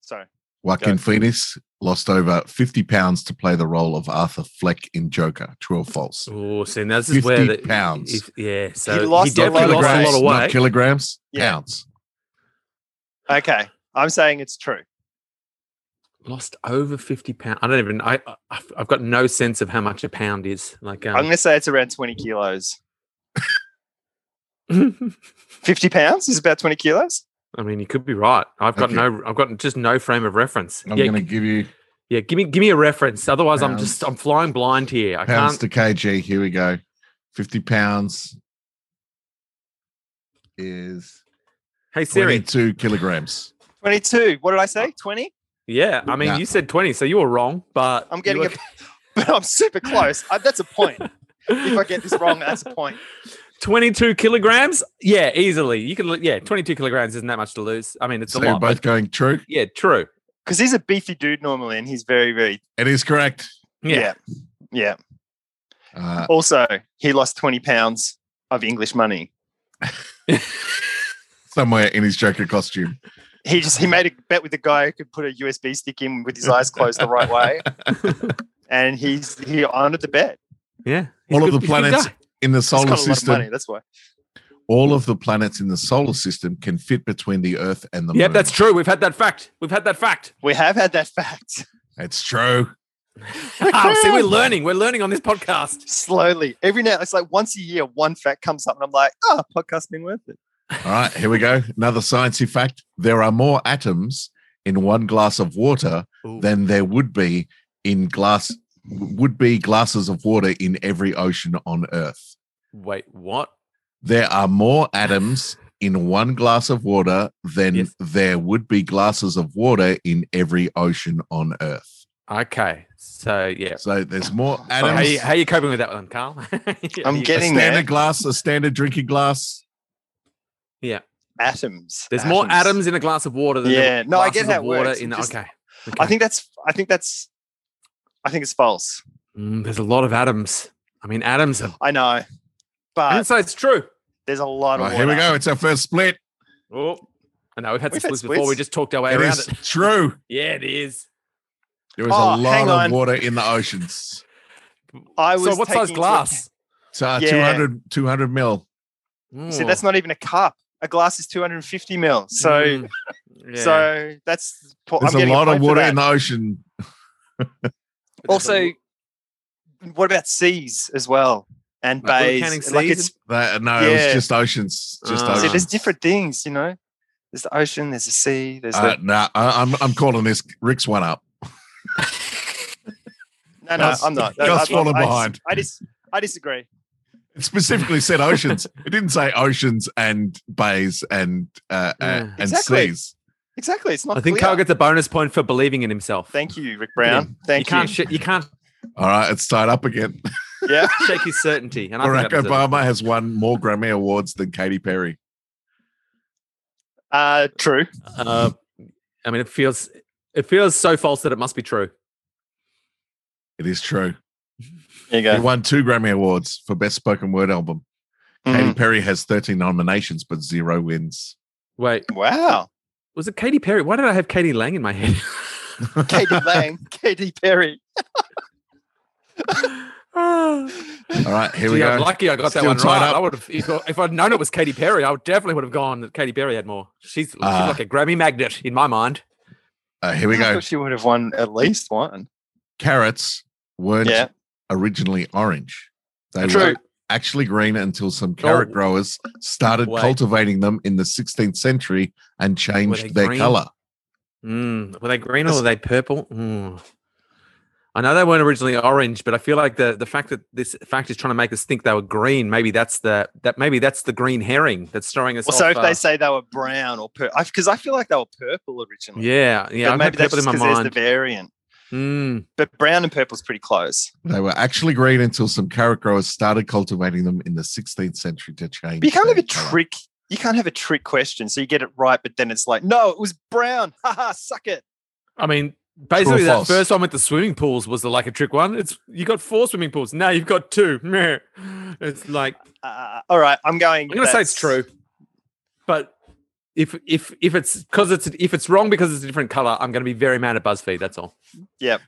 D: Sorry.
B: Joaquin Phoenix lost over 50 pounds to play the role of Arthur Fleck in Joker. True or false?
C: Oh, see, now this is where
B: 50
C: the
B: pounds.
C: if- yeah, so he,
D: lost a
C: definitely lost
D: lot of
C: a lot of
D: weight.
B: not
C: weight.
B: kilograms,
D: Yeah.
B: pounds.
D: Okay, I'm saying it's true.
C: lost over fifty pounds. I don't even. I I- I've I've got no sense of how much a pound is. Like,
D: I'm
C: um,
D: going to say it's around 20 kilos. 50 pounds is about 20 kilos.
C: I mean, you could be right. I've got
B: Okay.
C: no. I've got just no frame of reference.
B: I'm
C: yeah,
B: going to give you
C: yeah. Give me give me a reference. Otherwise, I'm just
B: Pounds.
C: I'm flying blind here. I
B: pounds
C: can't.
B: to kg. Here we go. 50 pounds is
C: Hey Siri.
B: 22 kilograms.
D: 22. What did I say? 20?
C: Yeah, I mean,
B: Nah.
C: you said twenty, so you were wrong. But
D: I'm
C: you
D: getting
C: were-
D: a, but I'm super close. I, that's a point. If I get this wrong, that's a point.
C: 22 kilograms. Yeah, easily. You can, yeah, 22 kilograms isn't that much to lose. I mean, it's
B: So
C: a
B: we're
C: lot.
B: both
C: But
B: going true.
C: yeah, true.
D: Because he's a beefy dude normally, and he's very, very.
B: It is correct.
C: Yeah.
D: Yeah. Yeah.
B: Uh,
D: Also, he lost 20 pounds of English money.
B: somewhere in his Joker costume.
D: He just he made a bet with the guy who could put a USB stick in with his eyes closed the right way, and he's he honored the bet.
C: Yeah.
B: All of
C: good-
B: the
C: he's a good
B: planets
C: guy.
B: in the
D: He's
B: solar
D: got a lot of money.
B: system,
D: That's why.
B: all of the planets in the solar system can fit between the Earth and the
C: Yep,
B: Moon.
C: that's true. We've had that fact. We've had that fact.
D: We have had that fact
B: It's true.
C: Oh, see, we're learning. We're learning on this podcast.
D: slowly every now. It's like once a year, one fact comes up, and I'm like, oh, podcast been worth it.
B: All right, here we go. Another sciencey fact. There are more atoms in one glass of water than there would be in glass would be glasses of water in every ocean on earth.
C: Wait, what?
B: There are more atoms in one glass of water than
C: Yes.
B: there would be glasses of water in every ocean on earth.
C: Okay. So, yeah.
B: So there's more
C: How
B: atoms.
C: you, how you coping with that one, Carl?
D: I'm
C: You-
B: a
D: getting-
B: standard
D: there.
B: glass, a standard drinking glass.
D: Atoms.
C: There's more atoms in a glass of water than
D: Yeah.
C: there were
D: No, I get
C: glasses
D: how
C: of
D: it
C: water
D: works.
C: in
D: It
C: the,
D: just-
C: okay.
D: I think that's. I think that's. I think it's false.
C: Mm, there's a lot of atoms. I mean, atoms are.
D: I know,
C: I
D: but
C: didn't say it's true.
D: there's a lot of.
B: Right, here we
D: water.
B: go. It's our first split.
C: Oh, I know we've had
D: We've
C: some
D: had
C: splits before. We
D: splits.
C: just talked our way
B: It
C: around
B: is
C: it.
B: true.
C: Yeah, it is.
B: There was
D: Oh,
B: a lot
D: hang
B: of
D: on.
B: water in the oceans.
D: I
C: so
D: was
C: what
D: taking
C: size
D: into
C: glass?
B: It's uh,
D: Yeah.
B: 200, 200 mil.
C: Mm.
D: account-
C: Hmm.
D: See, that's not even a cup. A glass is 250 mil. So,
C: Mm. Yeah.
D: so that's. I'm
B: There's a
D: getting
B: lot
D: point
B: of
D: for
B: water
D: that.
B: in the ocean.
C: But there's a
D: Also,
C: lot-
D: what about seas as well and
C: Like, we're
D: bays?
C: counting
D: like
C: seas
D: it's
B: That, no, it
D: Yeah.
B: was just oceans. Just
C: Ah.
D: see,
B: oceans.
D: there's different things, you know. There's the ocean, there's the sea, there's
B: Uh, no, I, I'm I'm calling this Rick's one up.
D: the. No, no,
B: that's-
D: I'm not. I-
B: that's
D: I- I-
B: fallen
D: I dis-
B: behind.
D: I dis- I disagree.
B: It specifically said oceans. it didn't say oceans and bays and uh, uh,
C: Yeah.
B: and
D: Exactly.
B: seas.
D: Exactly. It's not.
C: I think
D: clear.
C: Carl gets a bonus point for believing in himself.
D: Thank you, Rick Brown. Thank
C: you can't
D: you.
C: sh- you can't
B: All right, it's tied up again.
D: yeah.
C: shake his certainty. And I
B: Barack
C: think that deserves-
B: Obama has won more Grammy awards than Katy Perry.
D: Uh, true.
C: Uh, I mean, it feels it feels so false that it must be true.
B: It is true.
D: There you
B: He
D: go.
B: won two Grammy awards for Best Spoken Word Album. Katy
D: Mm.
B: Perry has 13 nominations but zero wins.
C: Wait,
D: Wow.
C: was it Katy Perry? Why did I have Katie Lang in my head?
D: Katie Lang, Katy Perry.
C: Ah.
B: All right, here we
C: Gee,
B: go.
C: I'm lucky I got
B: Still
C: that one
B: tied
C: right.
B: up.
C: I would have, if, I- if I'd known it was Katy Perry, I would definitely would have gone that Katy Perry had more. She's, she's
B: Ah.
C: like a Grammy magnet in my mind.
B: Uh, here we
D: I
B: go.
D: thought she would have won at least one.
B: Carrots weren't
D: Yeah.
B: originally orange. They
D: True.
B: were actually green until some carrot
C: Oh.
B: growers started
C: Wait.
B: cultivating them in the 16th century and
C: they
B: changed their
C: green?
B: color.
C: Mm, were they green or
D: That's-
C: were they purple? Mm. I know they weren't originally orange, but I feel like the, the fact that this fact is trying to make us think they were green. Maybe that's the that maybe that's the green herring that's throwing us.
D: Well, so
C: off,
D: if they
C: uh,
D: say they were brown or purple, because I feel like they were purple originally.
C: uh, yeah, yeah,
D: But
C: I've
D: maybe
C: had
D: that's
C: purple in
D: just
C: my
D: because there's the
C: mind.
D: variant.
C: Mm.
D: But brown and purple's pretty close.
B: They were actually green until some carrot growers started cultivating them in the 16th century to change.
D: But you can't
B: their
D: have a
B: colour.
D: trick. You can't have a trick question. So you get it right, but then it's like, no, it was brown. Ha ha, suck it.
C: I mean, basically, that
B: false?
C: first one with the swimming pools was the like a trick one. It's you got four swimming pools now, you've got two. Meh. It's like
D: Uh, all right, I'm going.
C: I'm gonna say it's
D: that's-
C: true, but if if if it's because it's if it's wrong because it's a different color, I'm gonna be very mad at BuzzFeed. That's all.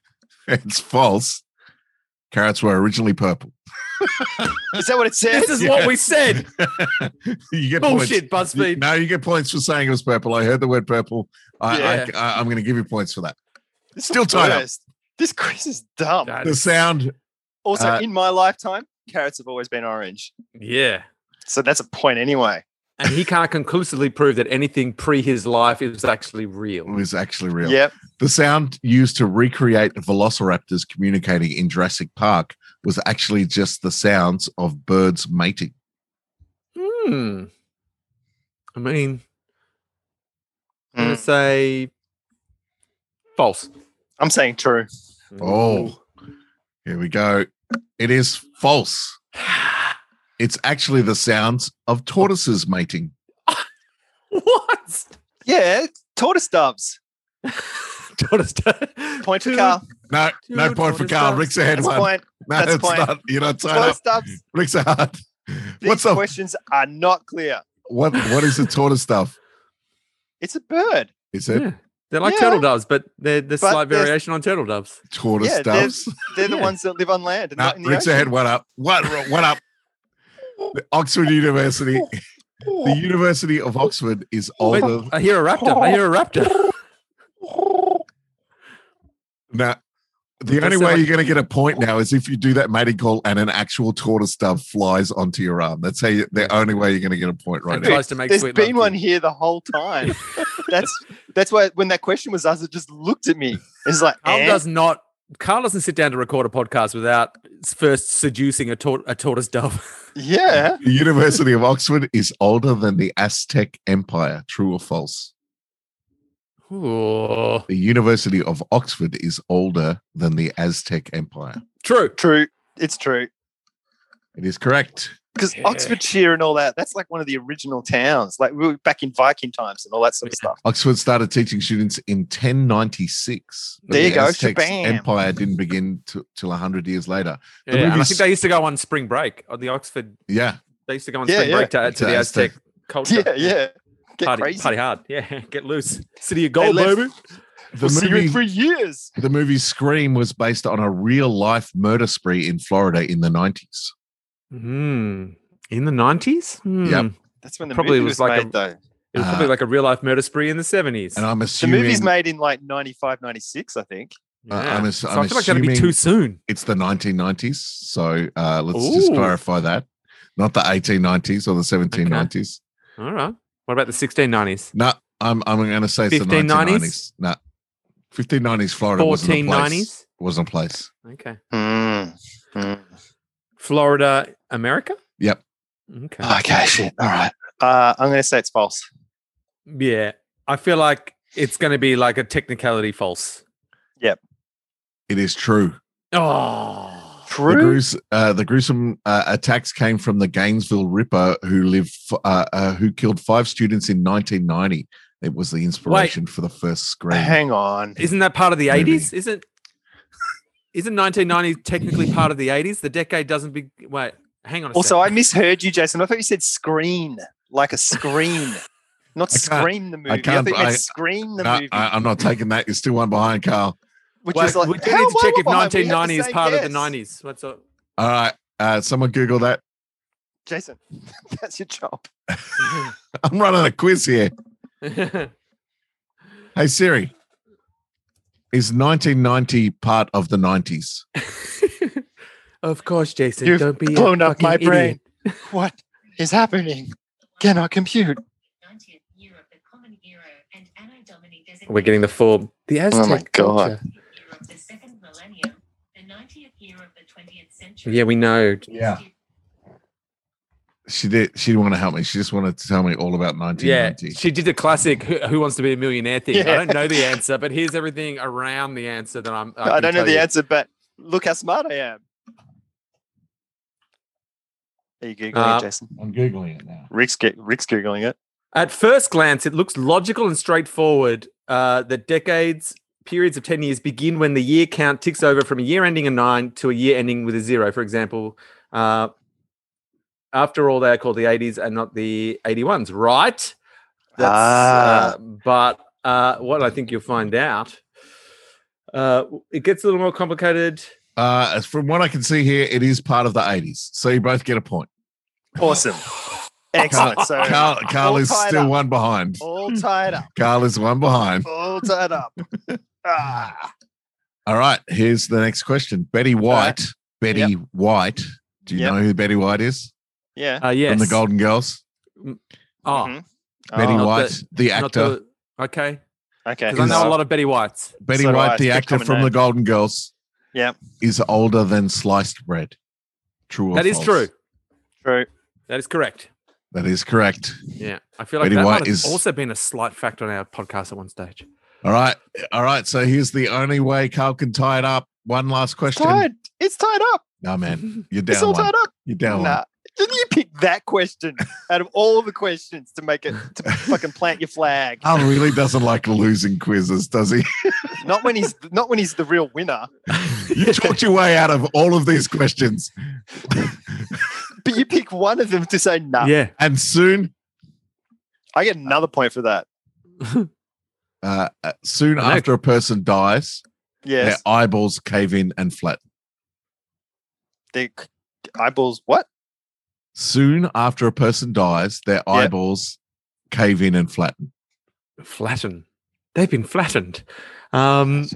B: It's false. Carrots were originally purple.
D: Is that what it says?
C: This is what we said.
B: you get
C: Bullshit,
B: points. You-
C: BuzzFeed.
B: No, you get points for saying it was purple. I heard the word purple. I,
C: Yeah.
B: I, I, am going to give you points for that.
D: This is
B: Still
D: the
B: tied up.
D: worst. This quiz is dumb.
C: That
B: The
C: is-
B: sound.
D: Also,
B: Uh,
D: in my lifetime, carrots have always been orange.
C: Yeah.
D: So that's a point anyway.
C: And he can't conclusively prove that anything pre his life is actually real.
B: was actually real.
D: Yep.
B: The sound used to recreate velociraptors communicating in Jurassic Park was actually just the sounds of birds mating.
C: Hmm. I mean, I'm gonna
D: Mm.
C: say false.
D: I'm saying true.
B: Oh, here we go. It is false. It's actually the sounds of tortoises mating.
C: what?
D: Yeah, tortoise doves.
C: Tortoise
D: Point for Carl.
B: No,
C: Two
B: no point for
C: tortoise
B: Carl.
C: doves.
B: Rick's ahead
D: That's a
B: one.
D: point.
B: No,
D: That's a
B: it's
D: point.
B: not. You're not tied up.
D: Tortoise doves.
B: Rick's ahead.
D: These
B: What's up?
D: questions are not clear.
B: What What is the tortoise stuff?
D: It's a bird.
B: Is it
C: Yeah. They're like
D: Yeah.
C: turtle doves, but they're the
D: But
C: slight
D: there's-
C: variation on turtle doves.
B: tortoise
D: yeah,
B: doves?
D: They're the
C: Yeah.
D: ones that live on land and
B: No,
D: not in the
B: Rick's
D: ocean.
B: ahead. One up. What? What up? The Oxford University. The University of Oxford is
C: Wait,
B: older.
C: I hear a raptor. I hear a raptor.
B: Now, the
C: That
B: only
C: sound
B: way
C: like-
B: you're going to get a point now is if you do that mating call and an actual tortoise dove flies onto your arm. That's how you, the only way you're going to get a point right
C: And
B: now.
C: tries to make
D: There's
C: sweet
D: been
C: love
D: one
C: to you.
D: here the whole time. that's that's why when that question was asked, it just looked at me. It's like,
C: Carl
D: and?
C: does not. Carl doesn't sit down to record a podcast without s- first seducing a, tor- a tortoise dove.
D: yeah.
B: The University of Oxford is older than the Aztec Empire. True or false?
C: Ooh.
B: The University of Oxford is older than the Aztec Empire.
C: True.
D: True. It's true.
B: It is correct.
D: Because
C: Yeah.
D: Oxfordshire and all that, that's like one of the original towns. Like we were back in Viking times and all that sort of stuff.
B: Oxford started teaching students in 1096. but
D: There you
B: the
D: go,
B: Aztec's
D: shabam.
B: Empire didn't begin t- till 100 years later.
C: Yeah, and I
B: movies-
C: think they used to go on spring break on the Oxford.
B: Yeah.
C: They used to go on
D: Yeah,
C: spring
D: yeah.
C: break to, to
B: To
C: the
B: Aztec.
C: Aztec culture.
D: Yeah, yeah. Get
C: party,
D: crazy.
C: party hard. Yeah, get loose. City of gold,
D: left-
C: baby.
B: The
D: we'll see you in
B: movie,
D: three years.
B: the movie Scream was based on a real life murder spree in Florida in the 90s.
C: Hmm. In the nineties.
B: Yep.
D: That's when the
C: Probably
D: movie
C: was
D: was,
C: like a-
D: made, though.
C: It was probably
B: Uh,
C: like a real life murder spree in the seventies.
B: And I'm
D: The
B: assuming uh,
D: movie's made in like 95, 96, I think.
B: I'm ass-
C: so
B: I'm
C: I feel like that'd be
B: assuming-
C: too soon.
B: it's the 1990s. So uh, let's just
C: Ooh.
B: clarify that. Not the 1890s or the 1790s.
C: All right. What about the sixteen nineties?
B: No, I'm I'm going to say it's the 1990s.
C: 1590s?
B: No. 1590s Florida wasn't a
C: Fourteen
B: place.
C: nineties.
B: Wasn't a place.
C: Okay.
D: Mm.
C: Florida, America.
B: Yep.
C: Okay.
D: Okay, shit. All right. Uh, I'm going to say it's false.
C: Yeah. I feel like it's going to be like a technicality false.
B: It is true.
D: Ah.
C: Oh.
B: The,
D: True.
B: grues- uh, the gruesome uh, attacks came from the Gainesville Ripper, who lived, f- uh, uh, who killed five students in 1990. It was the inspiration for the first screen.
D: Hang on.
C: Isn't that part of the
B: Movie.
C: eighties? Isn't isn't nineteen ninety technically part of the eighties? The decade doesn't be wait, hang on a
D: Also, I
C: second.
D: misheard you, Jason. I thought you said screen, like a screen, not
B: I can't-
D: scream the movie. I,
B: can't-
D: thought you meant
B: I-
D: scream the
B: No,
D: movie,
B: I, I'm not taking that. You're still one behind, Carl.
D: which
C: Well,
D: is like,
C: we do
D: how
C: need to
D: am I
C: check if
D: behind? We
C: nineteen
D: had the
C: ninety is
D: same
C: part of
D: guess.
C: the nineties. What's up?
B: All right. Uh, someone Google that.
D: Jason, that's your job.
B: I'm running a quiz here. Hey Siri, is 1990 part of the 90s?
C: of course, Jason.
D: You've
C: don't be a
D: blown up
C: fucking
D: my
C: idiot.
D: brain. What is happening? Cannot compute.
E: 19th year of the Common Era and Anno Domini designated
C: We're getting the full the
D: Oh
C: Aztec.
D: God.
C: culture.
E: year of the second millennium, the 90th year of the 20th century.
C: Yeah, we know.
B: Yeah. She did. She didn't want to help me. She just wanted to tell me all about
C: Yeah,
B: 1990.
C: she did the classic "Who, who Wants to Be a Millionaire" thing. I
D: Yeah.
C: don't know the answer, but here's everything around the answer that I'm.
D: I,
C: can
D: don't know
C: tell
D: the
C: you.
D: answer, but look how smart I am. Are you googling
C: Uh,
D: it, Jason?
B: I'm googling it now.
D: Rick's ge- Rick's googling it.
C: At first glance, it looks logical and straightforward. Uh, the decades, periods of 10 years begin when the year count ticks over from a year ending in nine to a year ending with a zero. For example, uh, after all, they are called the 80s and not the 81s, right? That's, uh, but uh, what I think you'll find out, uh, it gets a little more complicated.
B: Uh, as from what I can see here, it is part of the 80s. So you both get a point.
D: Awesome. Excellent. So
B: Carl, Carl
D: all
B: is
D: tied
B: still
D: up.
B: one behind.
D: all tied up.
B: Carl is one behind.
D: All tied up. Ah.
B: All right. Here's the next question. Betty
D: right.
B: White. Betty White. Do you
D: Yep.
B: know who Betty White is
D: Yeah.
C: Uh, yes.
B: from the Golden Girls?
C: Oh,
D: Mhm.
B: Betty
D: Oh,
C: Not
B: White,
C: the-
B: the
C: not
B: actor.
C: the. Okay.
D: Okay.
C: Because I know a lot of Betty Whites.
B: Betty
D: So do I.
B: White,
D: It's a
B: the
D: good
B: actor
D: common
B: from
D: name.
B: The Golden Girls,
D: Yep.
B: is older than sliced bread. True or
C: That is
B: false?
C: true.
D: True.
C: That is correct.
B: That is correct.
C: Yeah, I feel like
B: Betty
C: that
B: White
C: might have
B: is-
C: also been a slight factor on our podcast at one stage.
B: All right, all right. So here's the only way Carl can tie it up. One last question.
D: Tied. It's tied up.
B: No man, you're
D: It's
B: down
D: all
B: one.
D: tied up.
B: You're down
D: Nah. Didn't you pick that question out of all the questions to make it to fucking plant your flag?
C: Ah.
B: one. Carl really doesn't like losing quizzes, does he?
D: Not when he's not when he's the real winner.
B: You talked your way out of all of these questions,
D: But you pick one of them to say no.
C: Yeah,
B: and soon,
D: I get another point for that.
B: uh, uh, soon
C: I know.
B: after a person dies,
D: Yes.
B: their eyeballs cave in and flatten.
D: The c- eyeballs. What?
B: Soon after a person dies, their eyeballs cave in and flatten.
C: flatten. They've been flattened. Um,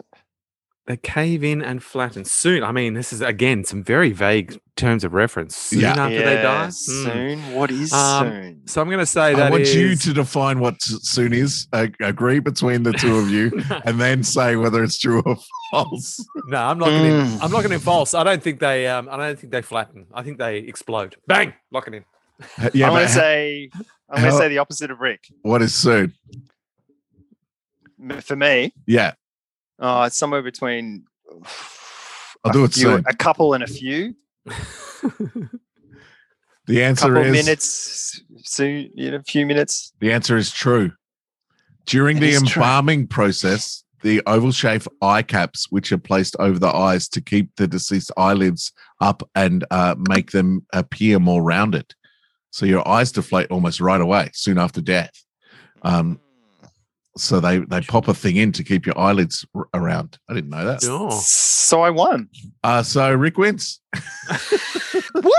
C: they cave in and flatten soon. I mean, this is again some very vague terms of reference. Soon
B: Yeah.
C: after they die.
D: Yeah,
C: Hmm.
D: Soon. What is
C: Um,
D: soon?
C: So I'm going to say that
B: I want you
C: is-
B: to define what s- soon is. I agree between the two of you, and then say whether it's true or false.
C: no, I'm not. Gonna,
D: Mm.
C: I'm not going to false. I don't think they. Um, I don't think they flatten. I think they explode. Bang! Lock it in.
B: Yeah,
D: I'm
B: but ha-
D: gonna say I'm gonna
B: how-
D: say the opposite of Rick.
B: what is soon?
D: M- For me,
B: Yeah,
D: uh, it's somewhere between
B: I'll
D: a
B: do it
D: few-
B: soon.
D: a couple and a few,
B: the answer
D: couple
B: is
D: minutes soon, you know, a few minutes.
B: the answer is true. During
D: It
B: the
D: is true.
B: embalming process, the oval-shaped eye caps, which are placed over the eyes to keep the deceased eyelids up and uh, make them appear more rounded, so your eyes deflate almost right away soon after death.
D: Mm.
B: Um, so they they pop a thing in to keep your eyelids r- around. I didn't know that.
C: Oh.
D: So I won.
B: Uh, so Rick wins.
D: what?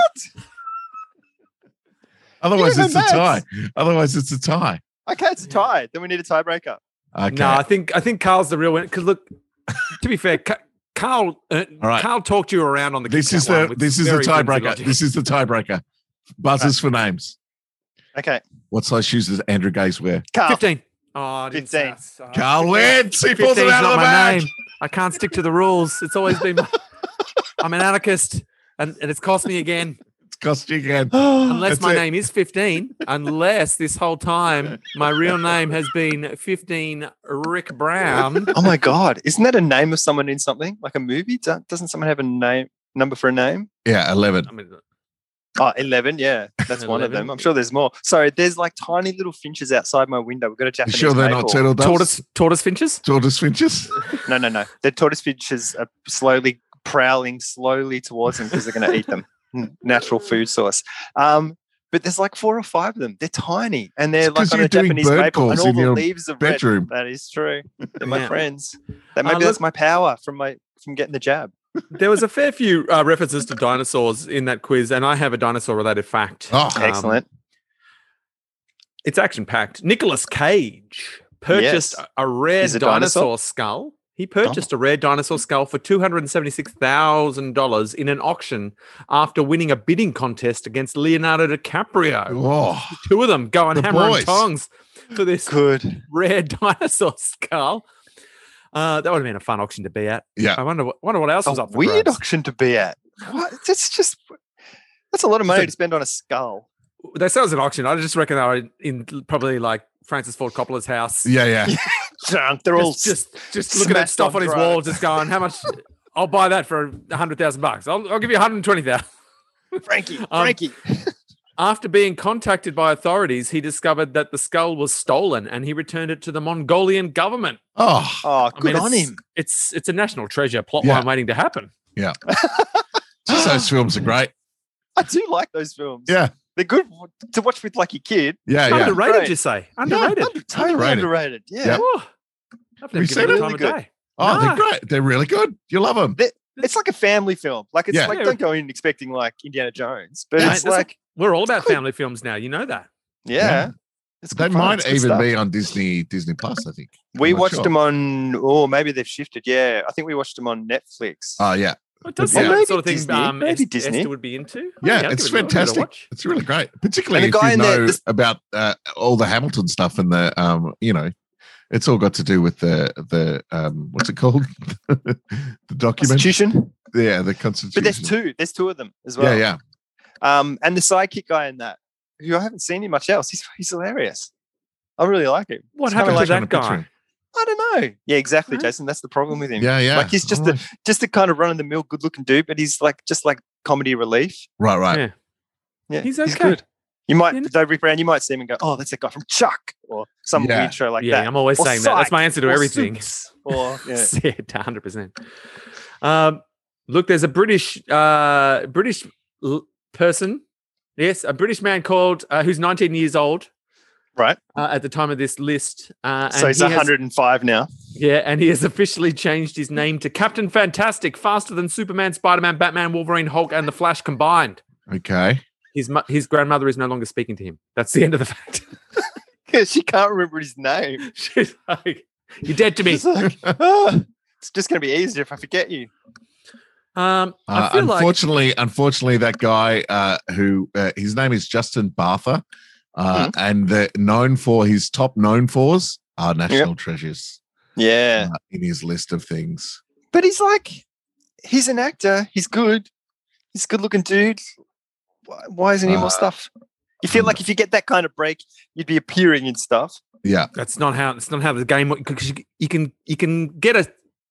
B: Otherwise,
D: You're
B: it's a
D: the
B: tie. Otherwise, it's a tie.
D: Okay, it's a tie. Then we need a tiebreaker.
B: Okay.
C: No, I think I think Carl's the real winner. Because look, to be fair, Ca- Carl uh,
B: All right.
C: Carl talked you around on the.
B: this
C: Kit
B: is
C: Kat one
B: the
C: with
B: this is the
C: very flimsy
B: tiebreaker.
C: logic.
B: This is the tiebreaker. Buzzers for names.
D: Okay,
B: What size shoes does Andrew Gaze wear?
D: Carl.
C: Fifteen. Oh, I didn't say
D: 15.
C: that. Oh,
B: Carl wins. He pulls
C: 15
B: it
C: 's
B: out of
C: not
B: the
C: my
B: bag.
C: name. I can't stick to the rules. It's always been. My, I'm an anarchist, and, and it's cost me again.
B: It's cost you again.
C: Unless
B: That's
C: my
B: it.
C: name is 15, unless this whole time my real name has been 15 Rick Brown.
D: Oh my god, isn't that a name of someone in something like a movie? Do- Doesn't someone have a name number for a name?
B: Yeah, eleven.
C: I mean,
D: Oh, 11, yeah. That's one
C: 11.
D: of them. I'm sure there's more. Sorry, there's like tiny little finches outside my window. We've got a
B: You
D: Japanese
B: sure they're not
D: maple.
B: turtle doves?
C: tortoise, tortoise finches.
B: Tortoise finches.
D: No, no, no. The tortoise finches are slowly prowling slowly towards them because they're going to eat them. N- Natural food source. Um, but there's like four or five of them. They're tiny and they're
B: It's 'cause
D: like on
B: you're
D: a
B: doing
D: Japanese
B: bird
D: maple, and
B: calls
D: all
B: in
D: the
B: your
D: leaves are
B: bedroom.
D: red. That is true. They're my
C: Yeah.
D: friends. That
C: Uh,
D: maybe
C: look-
D: that's my power from my from getting the jab.
C: There was a fair few uh, references to dinosaurs in that quiz, and I have a dinosaur related fact.
B: Oh,
C: Um,
D: Excellent.
C: It's action packed. Nicolas Cage purchased
D: Yes.
C: a- a rare
D: He's a
C: dinosaur?
D: dinosaur? Oh.
C: skull. He purchased a rare dinosaur skull for $276,000 in an auction after winning a bidding contest against Leonardo DiCaprio.
B: oh,
C: Two of them going
B: The
C: hammer
B: boys.
C: and tongs for this
D: Good.
C: rare dinosaur skull. Uh, that would have been a fun auction to be at.
B: yeah.
C: I wonder what, wonder what else was
D: A
C: up for
D: weird
C: grabs.
D: auction to be at. What? That's just that's a lot of money to spend on a skull.
C: They say it was an auction. I just reckon they were in, in probably like Francis Ford Coppola's house.
B: Yeah, yeah.
D: They're all
C: just, just just looking at
D: smashed
C: stuff on,
D: on
C: his
D: drugs.
C: wall, just going, how much? I'll buy that for a hundred thousand bucks. I'll, I'll give you one hundred twenty thousand.
D: Frankie,
C: Um,
D: Frankie.
C: After being contacted by authorities, he discovered that the skull was stolen, and he returned it to the Mongolian government.
B: Oh,
D: Oh,
C: I
D: good
C: mean,
D: on
C: it's,
D: him.
C: It's it's a national treasure plot
B: Yeah.
C: line waiting to happen.
B: just those films are great.
D: I do like those films.
B: Yeah.
D: They're good to watch with like your kid.
B: Yeah, yeah.
C: Underrated,
D: Great.
C: you say? Underrated.
D: Yeah, under- totally
B: Underrated.
D: underrated. Yeah.
B: Yeah.
C: Whew. I've never
B: We've
C: given
B: seen
C: it
B: it.
C: time of
D: Really good.
C: day.
B: Oh,
C: Nah.
B: they're great. They're really good. You love them.
D: It's like a family film. Like it's
B: Yeah.
D: like
C: Yeah.
D: don't go in expecting like Indiana Jones, but
C: Mate,
D: it's
C: that's
D: like
C: We're all about
D: Good.
C: family films now. You know that.
D: yeah.
B: Yeah.
D: It's
B: They
D: good fun.
B: might
D: It's good
B: even
D: stuff.
B: be on Disney Disney Plus. I think.
D: We
B: I'm not
D: watched
B: sure.
D: them on oh maybe they've shifted. Yeah. I think we watched them on Netflix.
B: Oh yeah,
C: Well, It does
B: Well,
C: seem like the
D: maybe
C: sort of thing
D: Disney,
C: um,
D: maybe
C: Es-
D: Disney.
C: Esther would be into.
B: Yeah,
C: I'll
B: it's
C: give it a- I'll give it a
B: fantastic.
C: watch.
B: it's really great, particularly
D: And
B: if
D: the guy
B: you
D: in there-
B: know
D: this-
B: about uh, all the Hamilton stuff and the um, you know, it's all got to do with the the um, what's it called, the document.
D: Constitution.
B: Yeah, the Constitution.
D: But there's two. There's two of them as well.
B: Yeah, yeah.
D: Um, and the sidekick guy in that, who I haven't seen him much else. He's, he's hilarious. I really like him.
C: What
D: It's kinda
C: happened to
D: like
B: trying to
C: that
B: picture
C: guy?
B: him.
D: I don't know. Yeah, exactly,
C: Right.
D: Jason. That's the problem with him.
B: Yeah, yeah.
D: Like, he's just
B: Oh,
D: the- Just a kind of run of the mill, good looking dude, but he's like just like comedy relief.
B: right, right.
C: Yeah.
D: Yeah,
C: He's okay.
D: You might,
C: You know-
D: though, Rick Brown, you might see him and go, "Oh, that's a guy from Chuck" or some
B: Yeah.
D: weird show like
C: yeah,
D: that.
C: I'm always
D: Or
C: saying that. That's my answer to
D: or
C: everything.
D: Suits, or yeah.
C: Yeah, hundred percent. Um, look, there's a British uh, British l- person. Yes, a British man called uh, who's 19 years old
D: right.
C: uh, at the time of this list. Uh, and
D: So he's
C: he has-
D: 105 now.
C: Yeah, and he has officially changed his name to Captain Fantastic, faster than Superman, Spider Man, Batman, Wolverine, Hulk, and the Flash combined.
B: Okay.
C: His mu- his grandmother is no longer speaking to him. That's the end of the fact.
D: she can't remember his name.
C: She's like, "You're dead to me."
D: She's like,
B: Uh,
D: "Ah, it's just going to be easier if I forget you.
C: Um,
B: Uh,
C: I feel like
B: unfortunately, unfortunately, that guy uh, who uh, his name is Justin Bartha,
D: Hmm.
B: uh, and the known for his top known fors are national treasures
D: Yeah.
B: uh, in his list of things.
D: But he's like, he's an actor. He's good. He's a good looking dude. Why, why isn't he
B: Uh,
D: more stuff? You feel
B: I'm
D: like if you get that kind of break, you'd be appearing in stuff.
B: Yeah,
C: that's not how that's not how the game because you, you can you can get a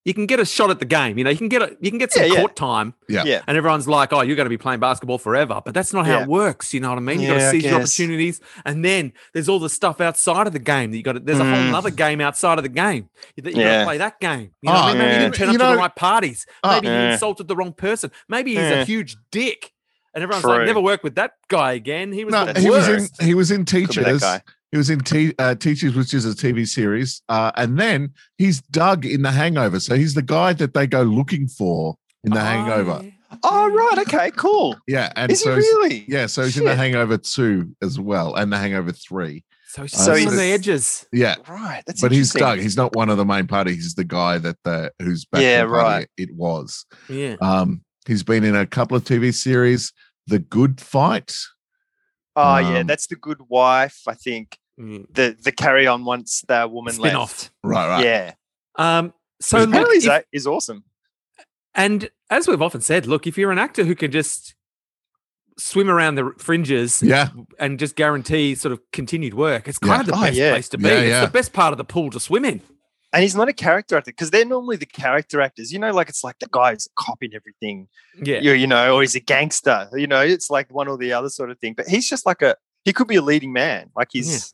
C: you can get a shot at the game. You know, you can get a you can get some
D: Yeah, yeah.
C: court time.
B: Yeah.
D: Yeah.
C: And everyone's like, "Oh, you're going to be playing basketball forever," but that's not how
D: Yeah.
C: it works. You know what I mean? You have got
D: Yeah,
C: to
D: I
C: seize your
D: guess.
C: opportunities, and then there's all the stuff outside of the game that you got. There's a whole
D: Mm.
C: other game outside of the game that you got to
D: Yeah.
C: play. That game. You know what I
B: Oh,
C: mean? Maybe you
D: yeah.
C: didn't turn
B: You
C: up to
B: know-
C: the right parties.
B: Oh.
C: Maybe you
D: Yeah.
C: insulted the wrong person. Maybe he's a
D: Yeah.
C: huge dick. And everyone's
D: True.
C: like, never work with that guy again. He was
B: No,
C: the
B: he was
C: worst.
B: in he was in
D: Could be that
B: Teachers.
D: guy.
B: He was in te- uh, Teachers, which is a TV series, uh, and then he's Doug in The Hangover. So he's the guy that they go looking for in The Hangover.
D: Oh right, okay, cool.
B: Yeah, and
D: Ah. Is he
B: so he's-
D: really?
B: yeah, so he's in The
D: Shit.
B: Hangover Two as well, and The Hangover Three.
C: So he's
B: Uh,
C: so
D: so
C: on the
D: he's-
C: edges.
B: Yeah,
D: Right. That's
B: but he's
D: interesting.
B: Doug. He's not one of the main party. He's the guy that the who's back
D: Yeah,
B: party
D: right.
B: it was.
C: Yeah.
B: Um, he's been in a couple of TV series, The Good Fight.
D: Oh yeah,
B: Um,
D: that's the good wife. I think
C: Mm.
D: the the carry on once the woman
C: Spin-off.
D: left.
B: Right, right.
D: Yeah.
C: Um, so
B: Who's
C: look,
D: Apparently,
C: if-
D: that is awesome.
C: And as we've often said, look, if you're an actor who can just swim around the fringes
B: Yeah,
C: and just guarantee sort of continued work, it's kind
B: Yeah.
C: of the
D: Oh,
C: best
D: yeah.
C: place to be.
B: Yeah,
C: it's
B: yeah.
C: the best part of the pool to swim in.
D: And he's not a character actor because they're normally the character actors. You know, like it's like the guy who's copying everything,
C: Yeah.
D: you, you know, or he's a gangster. You know, it's like one or the other sort of thing. But he's just like a, he could be a leading man. Like he's,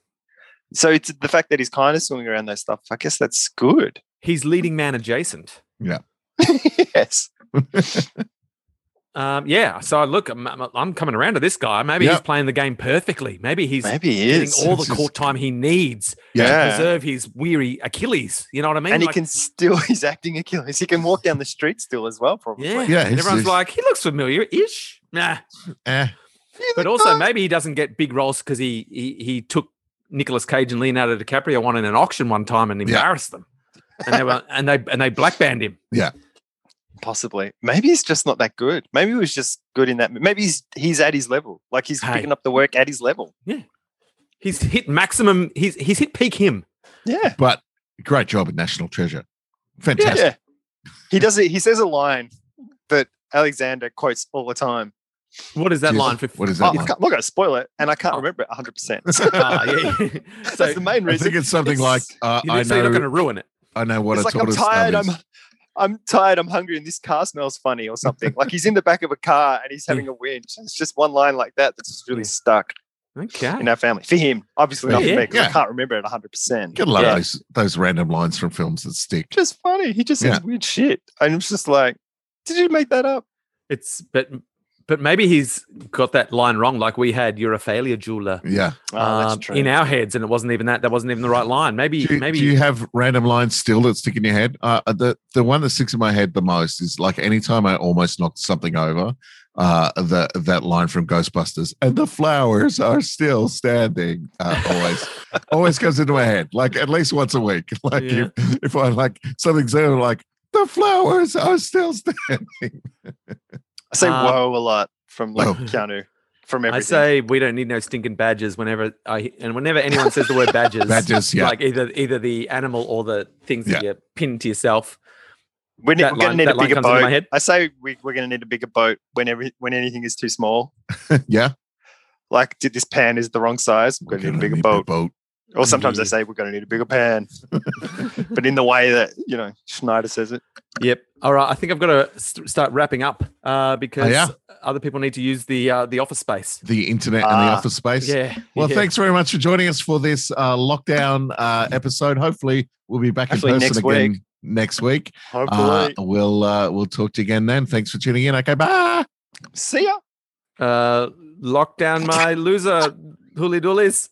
D: so it's the fact that he's kind of swimming around those stuff. I guess that's good.
C: He's leading man adjacent.
D: yes.
C: Um, yeah. So look, I'm, I'm- I'm coming around to this guy. Maybe he's
B: Yep.
C: playing the game perfectly. Maybe he's
D: Maybe he
C: getting
D: is.
C: all
B: This
C: the
B: is-
C: court time he needs to
D: yeah.
C: preserve his weary Achilles. You know what I mean?
D: And he
C: Like,
D: can still, he's acting Achilles. He can walk down the street still as well, probably.
B: Yeah,
C: yeah. And
B: he's-
C: everyone's
B: he's-
C: like, he looks familiar ish. Nah.
B: eh,
C: But also, maybe he doesn't get big roles because he, he he took Nicolas Cage and Leonardo DiCaprio on in an auction one time and
B: Yeah.
C: embarrassed them, and they were and they and they black banned him.
D: Possibly. Maybe he's just not that good. Maybe he was just good in that. Maybe he's he's at his level. Like he's
C: Hey.
D: picking up the work at his level.
C: He's hit maximum. He's he's hit peak him.
D: Yeah.
B: but great job at National Treasure. Fantastic.
D: Yeah. He does it. He says a line that Alexander quotes all the time.
C: What is that
B: Jeez,
C: line for?
B: What is
D: I,
B: that?
D: I'm
B: like?
D: not going to spoil it, and I can't
C: Oh.
D: remember it 100. percent
C: Ah, yeah, yeah. So
D: That's the main
B: I
D: reason.
B: think it's something like uh,
C: you're
B: I
C: literally not going
B: know.
C: to ruin it.
B: I know what
D: It's
B: a
D: like I'm
B: tortoise
D: tired.
B: dove
D: I'm
B: is.
D: I'm tired. I'm hungry, and this car smells funny, or something. like he's in the back of a car and he's having a whinge. It's just one line like that that's just really
C: Yeah.
D: stuck
C: Okay.
D: in our family for him. Obviously not
C: Yeah,
D: for me because
B: yeah.
D: I can't remember it 100. percent
B: Gotta love those those random lines from films that stick.
D: just funny. He just
B: Yeah.
D: says weird shit. And it's just like, did you make that up?
C: It's but but maybe he's got that line wrong. Like we had, you're a failure jeweler.
B: Yeah.
D: Oh,
C: um, in our heads, and it wasn't even that. That wasn't even the right line. Maybe,
B: Ah, Do you,
C: maybe
B: do you have random lines still that stick in your head? Uh, the the one that sticks in my head the most is like anytime I almost knocked something over, uh, that that line from Ghostbusters, and the flowers are still standing. Uh, always, always comes into my head like at least once a week. Like
C: Yeah.
B: if, if I like something's there, like the flowers are still standing.
D: I say
C: um,
D: whoa a lot from like
B: Whoa.
D: Keanu from everything.
C: I say we don't need no stinking badges whenever I and whenever anyone says the word badges,
B: Badges, yeah.
C: like either either the animal or the things that you pin to yourself.
D: we need,
C: that
D: we're going
C: line-
D: to need
C: that
D: a
C: line
D: bigger
C: comes into my
D: boat.
C: head.
D: I say we, we're going to need a bigger boat when every when anything is too small.
B: yeah,
D: Like, did this pan is the wrong size? We're going to need a bigger boat. Or sometimes I
C: Yeah.
D: say we're going to need a bigger pan, but in the way that you know Schneider says it.
C: Yep. All right. I think I've got to st- start wrapping up uh, because
B: yeah?
C: other people need to use the uh, the office space.
B: The internet and the
D: Ah,
B: office space.
C: Yeah.
B: Well,
C: yeah.
B: thanks very much for joining us for this uh, lockdown uh, episode. Hopefully, we'll be back
D: Hopefully
B: in person
D: next
B: again
D: week.
B: next week. Uh,
D: Hopefully,
B: we'll uh, we'll talk to you again then. Thanks for tuning in. Okay, bye.
D: see ya.
C: Uh, lock down my loser hooly doolies.